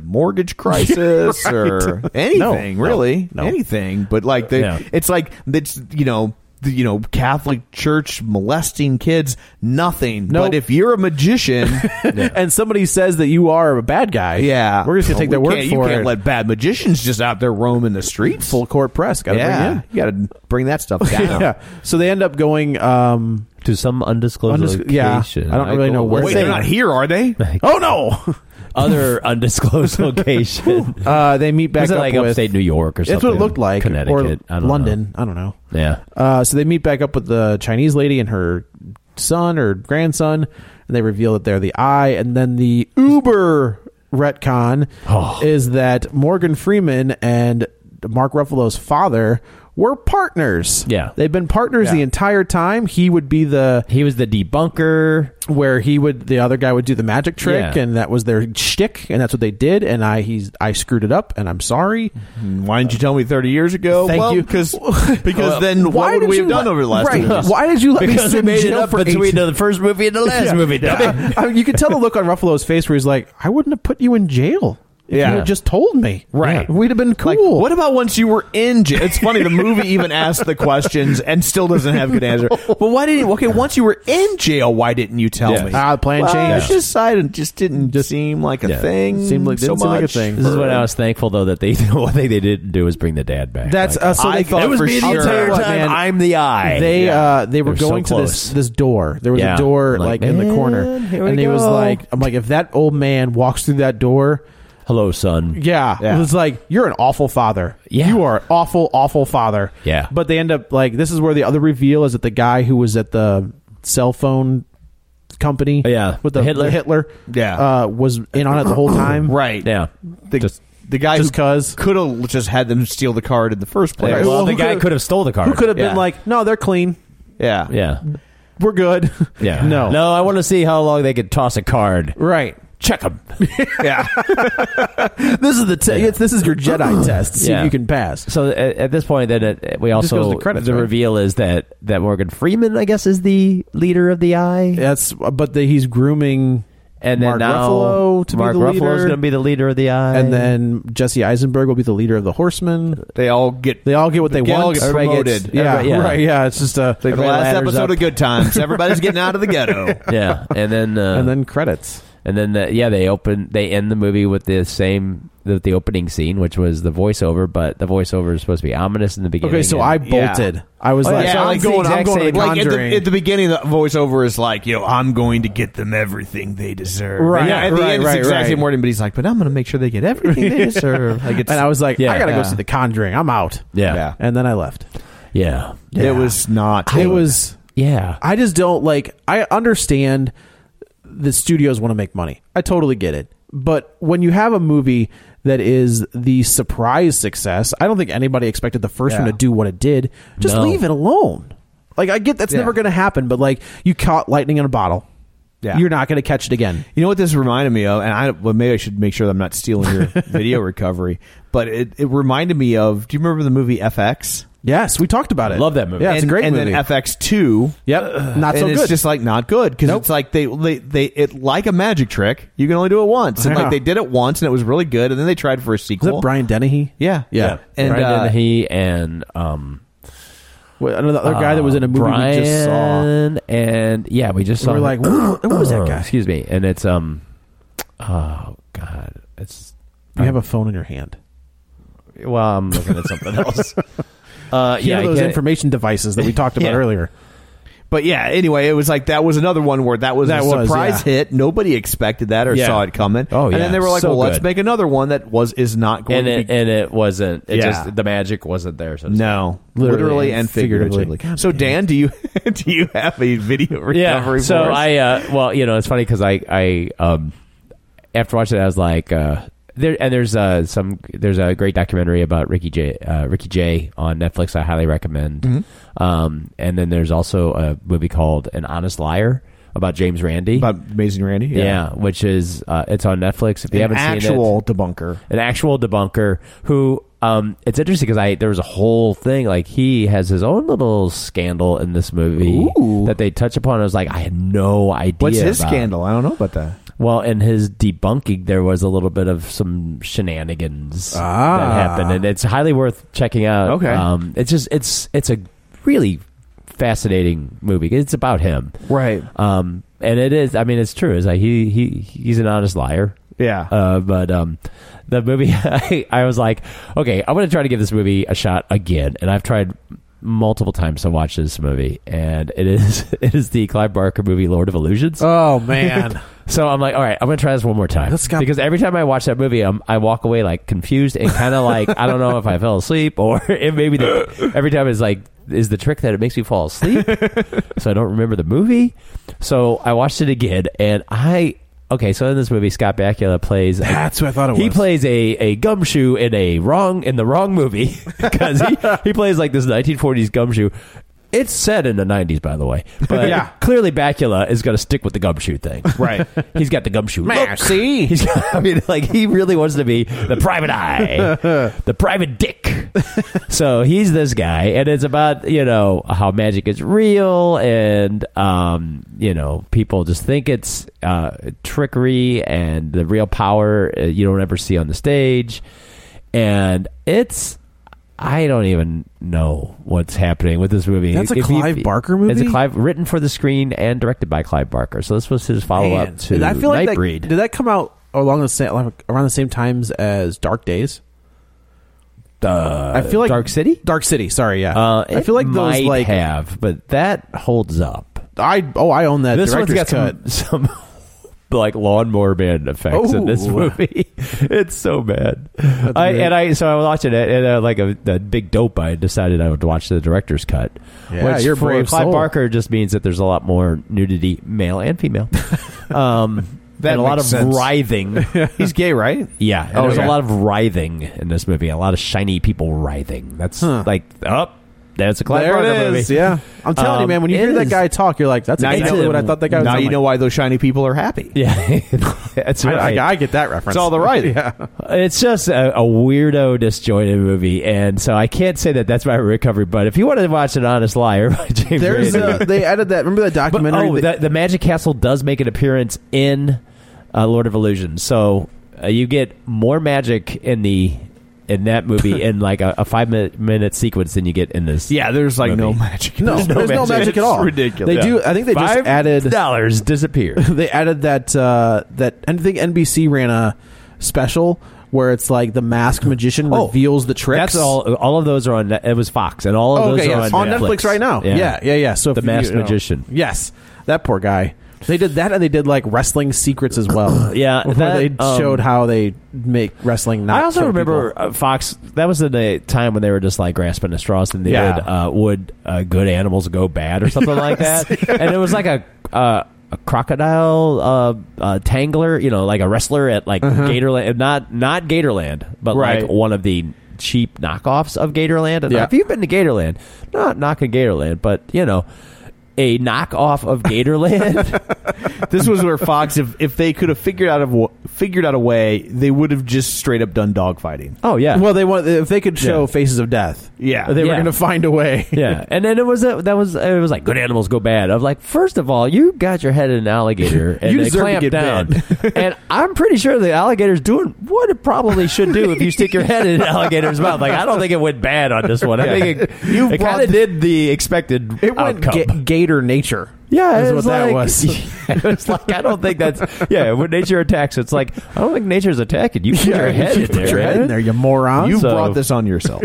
S8: mortgage crisis or anything,
S6: No,
S8: really,
S6: no, no.
S8: anything. But like, they,
S7: Yeah.
S8: it's like it's you know. The, you know, Catholic Church molesting kids, nothing.
S6: Nope.
S8: But if you're a magician,
S6: and somebody says that you are a bad guy.
S8: yeah,
S6: we're just gonna take their
S8: that
S6: word
S8: You
S6: for
S8: can't
S6: it.
S8: let bad magicians just out there roaming the streets.
S6: Full court press. Got to
S8: yeah, you got to bring that stuff
S6: bring it in.
S8: down.
S6: yeah. So they end up going. Um,
S7: to some undisclosed
S6: Undisc- yeah.
S7: location.
S6: I don't really know where
S8: Wait,
S6: they-
S8: they're not here, are they?
S6: oh no!
S7: Other undisclosed location.
S6: Uh, they meet back
S7: Was it
S6: up
S7: like
S6: with
S7: upstate New York or something?
S6: That's what it looked like.
S7: Connecticut,
S6: or
S7: I don't know.
S6: London. I don't know.
S7: Yeah.
S6: Uh, so they meet back up with the Chinese lady and her son or grandson, and they reveal that they're the Eye. And then the Uber retcon
S7: Oh.
S6: is that Morgan Freeman and Mark Ruffalo's father were partners.
S7: Yeah.
S6: They've been partners
S7: Yeah.
S6: the entire time. He would be the
S7: He was the debunker.
S6: where he would the other guy would do the magic trick,
S7: Yeah.
S6: and that was their shtick, and that's what they did. And I he's I screwed it up, and I'm sorry.
S8: Mm-hmm. Why didn't you tell me 30 years ago?
S6: Thank
S8: Well,
S6: you.
S8: Cause, because
S6: Well,
S8: then
S6: why
S8: what would
S6: did
S8: we
S6: you
S8: have done
S6: let-
S8: over the last
S6: right.
S8: two years?
S6: Why did you let me
S7: because
S6: sit
S7: they
S6: in
S7: made it
S6: jail
S7: up
S6: for
S7: between
S6: 18
S7: the first movie and the last
S6: Yeah.
S7: movie.
S6: I mean, I mean, you could tell the look on Ruffalo's face where he's like, "I wouldn't have put you in jail if
S8: Yeah.
S6: you had just told me.
S7: Right.
S6: We'd have been cool."
S8: Like, what about once you were in jail? It's funny the movie even asked the questions and still doesn't have good answer. But why didn't? Okay, once you were in jail, why didn't you tell
S7: Yes.
S8: me?
S6: Ah, the plan
S8: well,
S6: changed.
S8: It just I didn't- just didn't just seem like a
S7: Yeah.
S8: thing.
S6: Seemed like-
S8: so
S6: didn't seem like a
S8: much.
S6: thing.
S7: This is when I was thankful though that they the one thing they didn't do was bring the dad back.
S6: That's
S7: Like,
S6: uh, so
S8: I
S6: they
S8: thought
S7: it was
S8: for
S7: me the
S8: sure. I'll tell
S7: entire
S8: you what,
S7: time.
S8: man.
S7: I'm the eye.
S6: They uh they were
S7: They're so
S6: going to this
S7: close.
S6: this door. There was
S7: Yeah.
S6: a door like,
S7: Like,
S6: in the corner,
S7: "Man, here we
S6: and he was
S7: go."
S6: like, "I'm like, if that old man walks through that door,
S7: Hello, son.
S6: yeah,
S8: Yeah.
S6: it was like you're an awful father.
S7: Yeah.
S6: you are an awful awful father.
S7: Yeah.
S6: but they end up like this is where the other reveal is that the guy who was at the cell phone company,
S7: Yeah.
S6: with the
S7: Hitler.
S6: Hitler, Hitler
S8: Yeah.
S6: uh, was in on it the whole time,
S8: right?
S7: Yeah.
S8: the,
S7: Just-
S8: the guy
S6: Just
S8: who
S6: cause
S8: could have just had them steal the card in the first place.
S6: Right.
S7: Well,
S6: Well,
S7: the
S6: who
S7: guy
S6: could've-
S7: could have stole the card.
S6: who could have
S7: Yeah.
S6: been like, no, they're clean,
S8: yeah,
S7: yeah,
S6: we're good.
S7: yeah.
S6: no,
S7: no. I want to see how long they could toss a card.
S6: right.
S7: Check them.
S8: yeah.
S6: This is the te- it's, this is your Jedi test. See
S7: Yeah.
S6: if you can pass.
S7: So at, at this point, then it, we
S6: Just goes
S7: also
S6: to credits,
S7: the
S6: right?
S7: reveal is that that Morgan Freeman, I guess, is the leader of the Eye.
S6: That's but the, he's grooming,
S7: And then
S6: Mark
S7: now
S6: Ruffalo to be
S7: Mark
S6: the
S7: Ruffalo's
S6: leader.
S7: going to be the leader of the Eye,
S6: and then Jesse Eisenberg will be the leader of the Horsemen.
S8: They all get.
S6: They all get what they
S8: They all
S6: want.
S8: get
S7: Everybody gets-
S8: promoted.
S6: yeah,
S7: everybody- yeah.
S6: right. Yeah, it's just uh, a
S8: Like the last
S7: ladders
S8: episode
S7: up.
S8: of Good Times, everybody's getting out of the ghetto.
S7: yeah, and then uh,
S6: and then credits.
S7: And then, uh, yeah, they open, they end the movie with the same, the, the opening scene, which was the voiceover, but the voiceover is supposed to be ominous in the beginning.
S6: Okay, so
S7: and-
S6: I bolted. I was
S7: Oh,
S6: like,
S7: yeah,
S6: so
S7: I
S6: I'm,
S7: like the
S6: going, I'm
S7: exact
S6: going. to
S7: same-
S6: the
S8: like at
S6: Conjuring.
S8: the, at the beginning, the voiceover is like, you know, I'm going to get them everything they deserve.
S6: Right,
S8: And at the
S6: right,
S8: end, it's
S6: right,
S8: the exact
S6: right.
S8: same wording, but he's like, but I'm going to make sure they get everything they deserve. Like it's,
S6: and I was like,
S7: Yeah.
S6: I gotta
S7: Yeah.
S6: go see the Conjuring. I'm out.
S7: Yeah.
S8: Yeah.
S7: Yeah.
S6: And then I left.
S7: Yeah.
S8: it was not.
S6: It was. I just don't like. I understand the studios want to make money. I totally get it. But when you have a movie that is the surprise success, I don't think anybody expected the first
S8: Yeah.
S6: one to do what it did. Just
S7: No.
S6: leave it alone. Like I get that's
S8: Yeah.
S6: never going to happen, but like you caught lightning in a bottle.
S8: Yeah.
S6: You're not going to catch it again.
S8: You know what this reminded me of, and I well, maybe I should make sure that I'm not stealing your video recovery. But it, it reminded me of. Do you remember the movie FX?
S6: Yes, we talked about it.
S7: Love that movie.
S6: Yeah, it's
S8: and,
S6: a great
S8: and
S6: movie.
S8: then FX two.
S6: yep, not
S8: and
S6: so
S8: it's
S6: good.
S8: just like not good because
S6: Nope.
S8: it's like they, they they it like a magic trick. You can only do it once, and
S6: Yeah.
S8: like they did it once, and it was really good, and then they tried for a
S6: Is
S8: sequel.
S6: that Brian Dennehy?
S8: Yeah,
S6: yeah.
S8: and
S7: Brian
S8: uh,
S7: Dennehy and, um,
S6: Well, another other guy that was in a movie
S7: Uh, Brian
S6: we just saw.
S7: and yeah, we just saw.
S6: We're
S7: him.
S6: like, what- what was that guy?
S7: Excuse me. And it's um, oh god, it's
S6: You have a phone in your hand.
S7: well, I'm looking at something else. Uh,
S6: You
S7: yeah,
S6: know
S7: I
S6: those
S7: can't-
S6: information devices that we talked about
S7: Yeah.
S6: earlier.
S8: but yeah, anyway, it was like that was another one where that was
S6: That
S8: a
S6: was,
S8: surprise
S6: yeah.
S8: hit. Nobody expected that or
S7: Yeah.
S8: saw it coming.
S7: Oh,
S8: and
S7: yeah.
S8: then they were like,
S7: So
S8: well, let's
S7: good.
S8: make another one that was is not going
S7: and
S8: to
S7: it
S8: be.
S7: and it wasn't. It
S8: Yeah.
S7: just the magic wasn't there. So to speak.
S8: no,
S6: Literally
S8: literally,
S6: and
S8: and figuratively.
S6: figuratively.
S8: So, Dan, do you do you have a video recovery?
S7: So
S8: for us?
S7: I, uh, well, you know, it's funny because I, I, um, after watching it, I was like, uh, there, and there's uh, some, there's a great documentary about Ricky J, uh, Ricky J on Netflix. I highly recommend.
S8: Mm-hmm.
S7: Um, and then there's also a movie called An Honest Liar about James Randy.
S8: about Amazing Randy.
S7: yeah. which is uh, it's on Netflix. If you
S8: an
S7: haven't seen it,
S8: actual debunker.
S7: an actual debunker who um it's interesting because i there was a whole thing like he has his own little scandal in this movie
S8: Ooh.
S7: that they touch upon i was like i had no idea
S8: What's his
S7: about.
S8: scandal? I don't know about that.
S7: well in his debunking there was a little bit of some shenanigans that happened and it's highly worth checking out
S8: Ah. Okay.
S7: um it's just it's it's a really fascinating movie it's about him
S8: Right.
S7: um and it is i mean it's true it's like he he he's an honest liar
S8: Yeah.
S7: uh, but um, the movie, I, I was like, okay, I'm going to try to give this movie a shot again. And I've tried multiple times to watch this movie, and it is it is the Clive Barker movie, Lord of Illusions.
S6: Oh man,
S7: so I'm like, all right, I'm going to try this one more time.
S6: Let's go.
S7: because every time I watch that movie, i I walk away like confused and kind of like I don't know if I fell asleep or it maybe the, every time is like is the trick that it makes me fall asleep, so I don't remember the movie. So I watched it again, and I okay, so in this movie, Scott Bakula plays.
S6: That's what I thought it
S7: He
S6: was.
S7: plays a, a gumshoe in a wrong in the wrong movie because he, he plays like this 1940s gumshoe. It's set in the 90s, by the way, but
S6: Yeah.
S7: clearly Bakula is going to stick with the gumshoe thing.
S6: Right.
S7: He's got the gumshoe.
S6: Man,
S7: look.
S6: see?
S7: He's got, I mean, like he really wants to be the private eye, the private dick. so he's this guy, and it's about you know how magic is real, and um, you know people just think it's uh, trickery, and the real power uh, you don't ever see on the stage, and it's. I don't even know what's happening with this movie.
S6: That's a
S7: If you-
S6: Clive Barker
S7: It's a
S6: movie?
S7: Clive written for the screen and directed by Clive Barker. So this was his follow
S6: Man,
S7: up to
S6: I feel like that-
S7: Nightbreed.
S6: did that come out along the same like, around the same times as Dark Days?
S7: Uh,
S6: I feel like
S7: Dark City.
S6: Dark City. Sorry, yeah.
S7: Uh,
S6: I feel
S7: it
S6: like those
S7: might
S6: like
S7: have, but that holds up.
S6: I oh I own that
S7: this one's
S6: director's
S7: got
S6: cut.
S7: some, some like lawnmower man effects in this
S6: Ooh.
S7: movie. it's so bad. I,
S6: great.
S7: and I so I was watching it, and uh, like a, the big dope, I decided I would watch the director's cut.
S6: Yeah,
S7: which
S6: you're a
S7: for
S6: brave
S7: Clive
S6: soul.
S7: Barker just means that there's a lot more nudity, male and female. Um,
S8: That
S7: and a lot of
S8: makes sense.
S7: writhing.
S8: He's gay, right?
S7: Yeah, and
S8: Oh,
S7: there's
S8: yeah.
S7: a lot of writhing in this movie. A lot of shiny people writhing. That's
S6: Huh.
S7: like up. that's a Clive
S6: there
S7: Barker
S6: it is.
S7: movie.
S6: Yeah, I'm telling you,
S7: Um,
S6: man. When you
S7: it
S6: hear that
S7: is-
S6: guy talk, you're like, that's
S7: Now you
S6: exactly
S7: know-
S6: what I thought that guy was.
S8: now
S6: sound
S8: you know
S6: like.
S8: why those shiny people are happy.
S7: Yeah, that's right.
S6: I, I, I get that reference.
S8: It's all the right.
S6: yeah.
S7: it's just a, a weirdo, disjointed movie, and so I can't say that that's my recovery. But if you want to watch an honest liar by James,
S6: There's
S7: Rader-
S6: a, they added that. Remember that
S7: uh, but,
S6: documentary?
S7: oh,
S6: that-
S7: the, the Magic Castle does make an appearance in uh, Lord of Illusion, so uh, you get more magic in the in that movie in like a, a five minute, minute sequence than you get in this.
S8: Yeah, there's like no
S7: Movie.
S8: magic.
S6: no, there's no, magic. at all.
S8: It's ridiculous.
S6: They do. I think they just
S7: Five
S6: added.
S7: dollars disappear.
S6: they added that uh, that I think NBC ran a special where it's like the masked magician
S7: Oh,
S6: reveals the tricks.
S7: That's all. All of those are on. It was Fox, and all of
S6: Oh,
S7: those
S6: okay,
S7: are
S6: yeah, it's on Netflix. right now. Yeah, yeah, yeah. So if
S7: The
S6: you-
S7: Masked
S6: you know-
S7: Magician.
S6: Yes, that poor guy. They did that, and they did like wrestling secrets as well.
S7: Yeah,
S6: where
S7: that,
S6: they
S7: um,
S6: showed how they make wrestling. Not
S7: I also
S6: kill
S7: remember
S6: people.
S7: uh, Fox. That was the day, time when they were just like grasping at straws, and they
S6: Yeah.
S7: did uh, "Would uh, Good Animals Go Bad" or something like that. And it was like a uh, a crocodile uh, uh, tangler, you know, like a wrestler at like Gatorland, not not Gatorland, but
S6: Uh-huh. Right.
S7: like one of the cheap knockoffs of Gatorland. And
S6: Yeah.
S7: if you've been to Gatorland, not knocking Gatorland, but you know. A knockoff of Gatorland.
S8: this was where Fox, if, if they could have figured out of figured out a way, they would have just straight up done dogfighting.
S7: oh yeah.
S6: Well, they want if they could show
S7: Yeah.
S6: Faces of Death.
S8: Yeah.
S6: they were
S7: Yeah.
S6: going to find a way.
S7: Yeah, and then it was a, that was it was like good animals go bad. I'm like, first of all, you got your head in an alligator and
S6: You
S7: they
S6: deserve to
S7: clamped
S6: get
S7: down, and I'm pretty sure the alligator's doing what it probably should do if you stick your head in an alligator's mouth. Like, I don't think it went bad on this one. I think it,
S6: You
S7: it
S6: brought
S7: kind of
S6: the-
S7: did the expected
S6: It went
S7: outcome.
S6: ga- Gator Nature.
S7: yeah,
S6: is
S7: it
S6: what
S7: was
S6: that
S7: like-
S6: was.
S7: it was like I don't think that's yeah. When nature attacks, it's like I don't think nature's attacking you. Put your head in
S6: Put
S7: there,
S6: your head in
S7: man.
S6: there, you moron.
S8: you
S7: So-
S8: brought Uh-huh. this on yourself.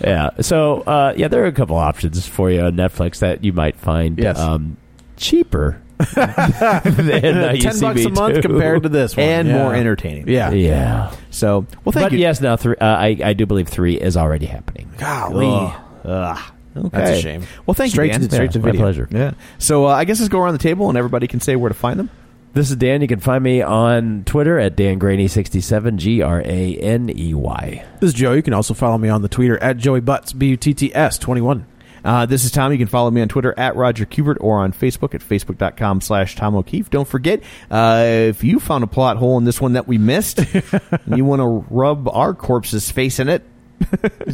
S7: yeah. So uh, yeah, there are a couple options for you on Netflix that you might find
S6: Yes.
S7: um, cheaper than uh, you
S6: ten
S7: see
S6: bucks
S7: me
S6: a month
S7: do.
S6: compared to this one,
S8: and
S6: Yeah.
S8: more entertaining.
S6: Yeah.
S7: Yeah.
S8: So, well, thank
S7: But
S8: you.
S7: yes, now three. Uh, I I do believe three is already happening.
S6: Golly.
S8: Ugh. Okay.
S6: That's a shame.
S8: Well, thank
S6: Straight
S8: you, Dan.
S6: to- straight to
S7: my video. pleasure.
S8: Yeah. So uh, I guess let's go around the table and everybody can say where to find them.
S7: This is Dan. You can find me on Twitter at dangraney67. G R A N E Y.
S6: This is Joe. You can also follow me on the Twitter at Joey Butts B U T T S twenty one.
S8: Uh, this is Tom. You can follow me on Twitter at Roger Kubert or on Facebook at facebook.com slash Tom O'Keefe. Don't forget, uh, if you found a plot hole in this one that we missed and you want to rub our corpse's face in it,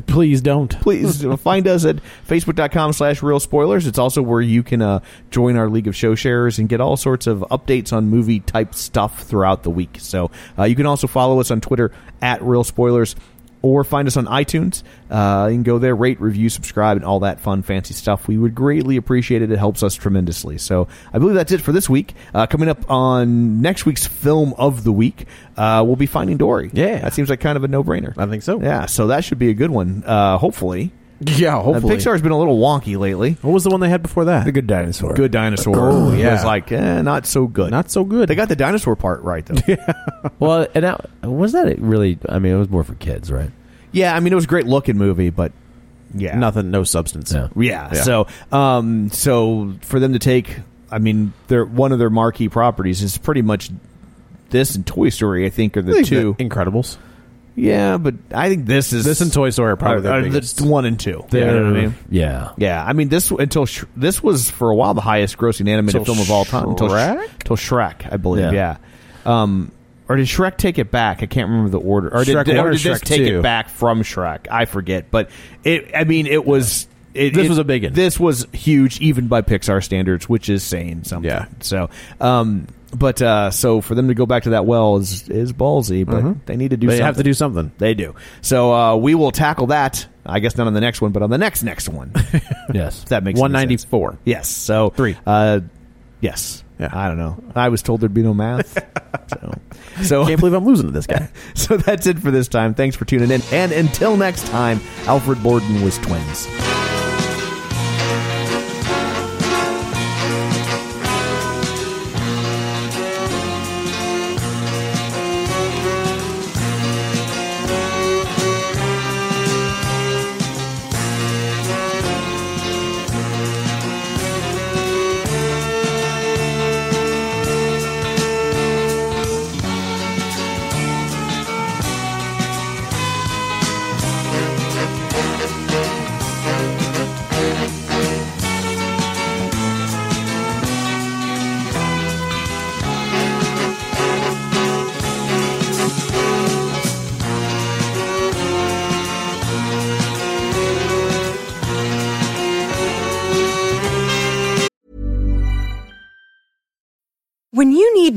S6: Please don't.
S8: please find us at facebook.com slash real spoilers it's also where you can uh, join our league of show sharers and get all sorts of updates on movie type stuff throughout the week so uh, you can also follow us on twitter at real spoilers or find us on itunes uh, you can go there rate review subscribe and all that fun fancy stuff we would greatly appreciate it it helps us tremendously so i believe that's it for this week uh, coming up on next week's film of the week uh, we'll be finding dory
S6: Yeah.
S8: that seems like kind of a no-brainer
S6: I think so.
S8: yeah, so that should be a good one. Uh, hopefully,
S6: Yeah,
S8: Uh,
S6: hopefully.
S8: Pixar's been a little wonky lately.
S6: What was the one they had before that?
S7: good dinosaur.
S8: Good dinosaur.
S6: Oh, yeah.
S8: was like eh, not so good.
S6: Not so good.
S8: They got the dinosaur part right though.
S7: Well, and that, was that really? I mean, it was more for kids, right?
S8: yeah, I mean it was a great looking movie, but yeah,
S6: nothing, no substance.
S7: Yeah.
S8: Yeah,
S6: Yeah.
S8: so um, so for them to take, I mean, their one of their marquee properties is pretty much this and Toy Story, I think, are the
S6: I think
S8: two.
S6: the Incredibles.
S8: Yeah, but I think this is
S6: This and Toy Story are probably
S8: are
S6: the
S8: the
S6: biggest.
S8: one and two.
S6: They're-
S8: you know what I mean?
S7: Yeah.
S8: Yeah, I mean this until Sh- this was for a while the highest grossing animated
S6: Till
S8: film of all time until Sh-
S6: Shrek?
S8: till Shrek, I believe.
S6: Yeah.
S8: Yeah. Um, or did Shrek take it back? I can't remember the order. Or did,
S6: Shrek
S8: did-
S6: one
S8: or
S6: or
S8: did this
S6: Shrek
S8: take
S6: two?
S8: it back from Shrek? I forget, but it. I mean, it was. It,
S6: This
S8: it-
S6: was a big one.
S8: This was huge, even by Pixar standards, which is saying something.
S6: Yeah.
S8: So, um, but uh, so for them to go back to that well is is ballsy, but
S6: Mhm.
S8: they need to do.
S6: They
S8: something.
S6: have to do something.
S8: They do. So uh, we will tackle that. I guess not on the next one, but on the next next one.
S7: Yes.
S8: If that makes any sense.
S6: 194.
S8: Yes. So
S6: Three.
S8: Uh, yes.
S6: Yeah.
S8: I don't know. I was told there'd be no math. so. So,
S6: Can't believe I'm losing to this guy.
S8: so that's it for this time. Thanks for tuning in. And until next time, Alfred Borden was twins.
S11: When you need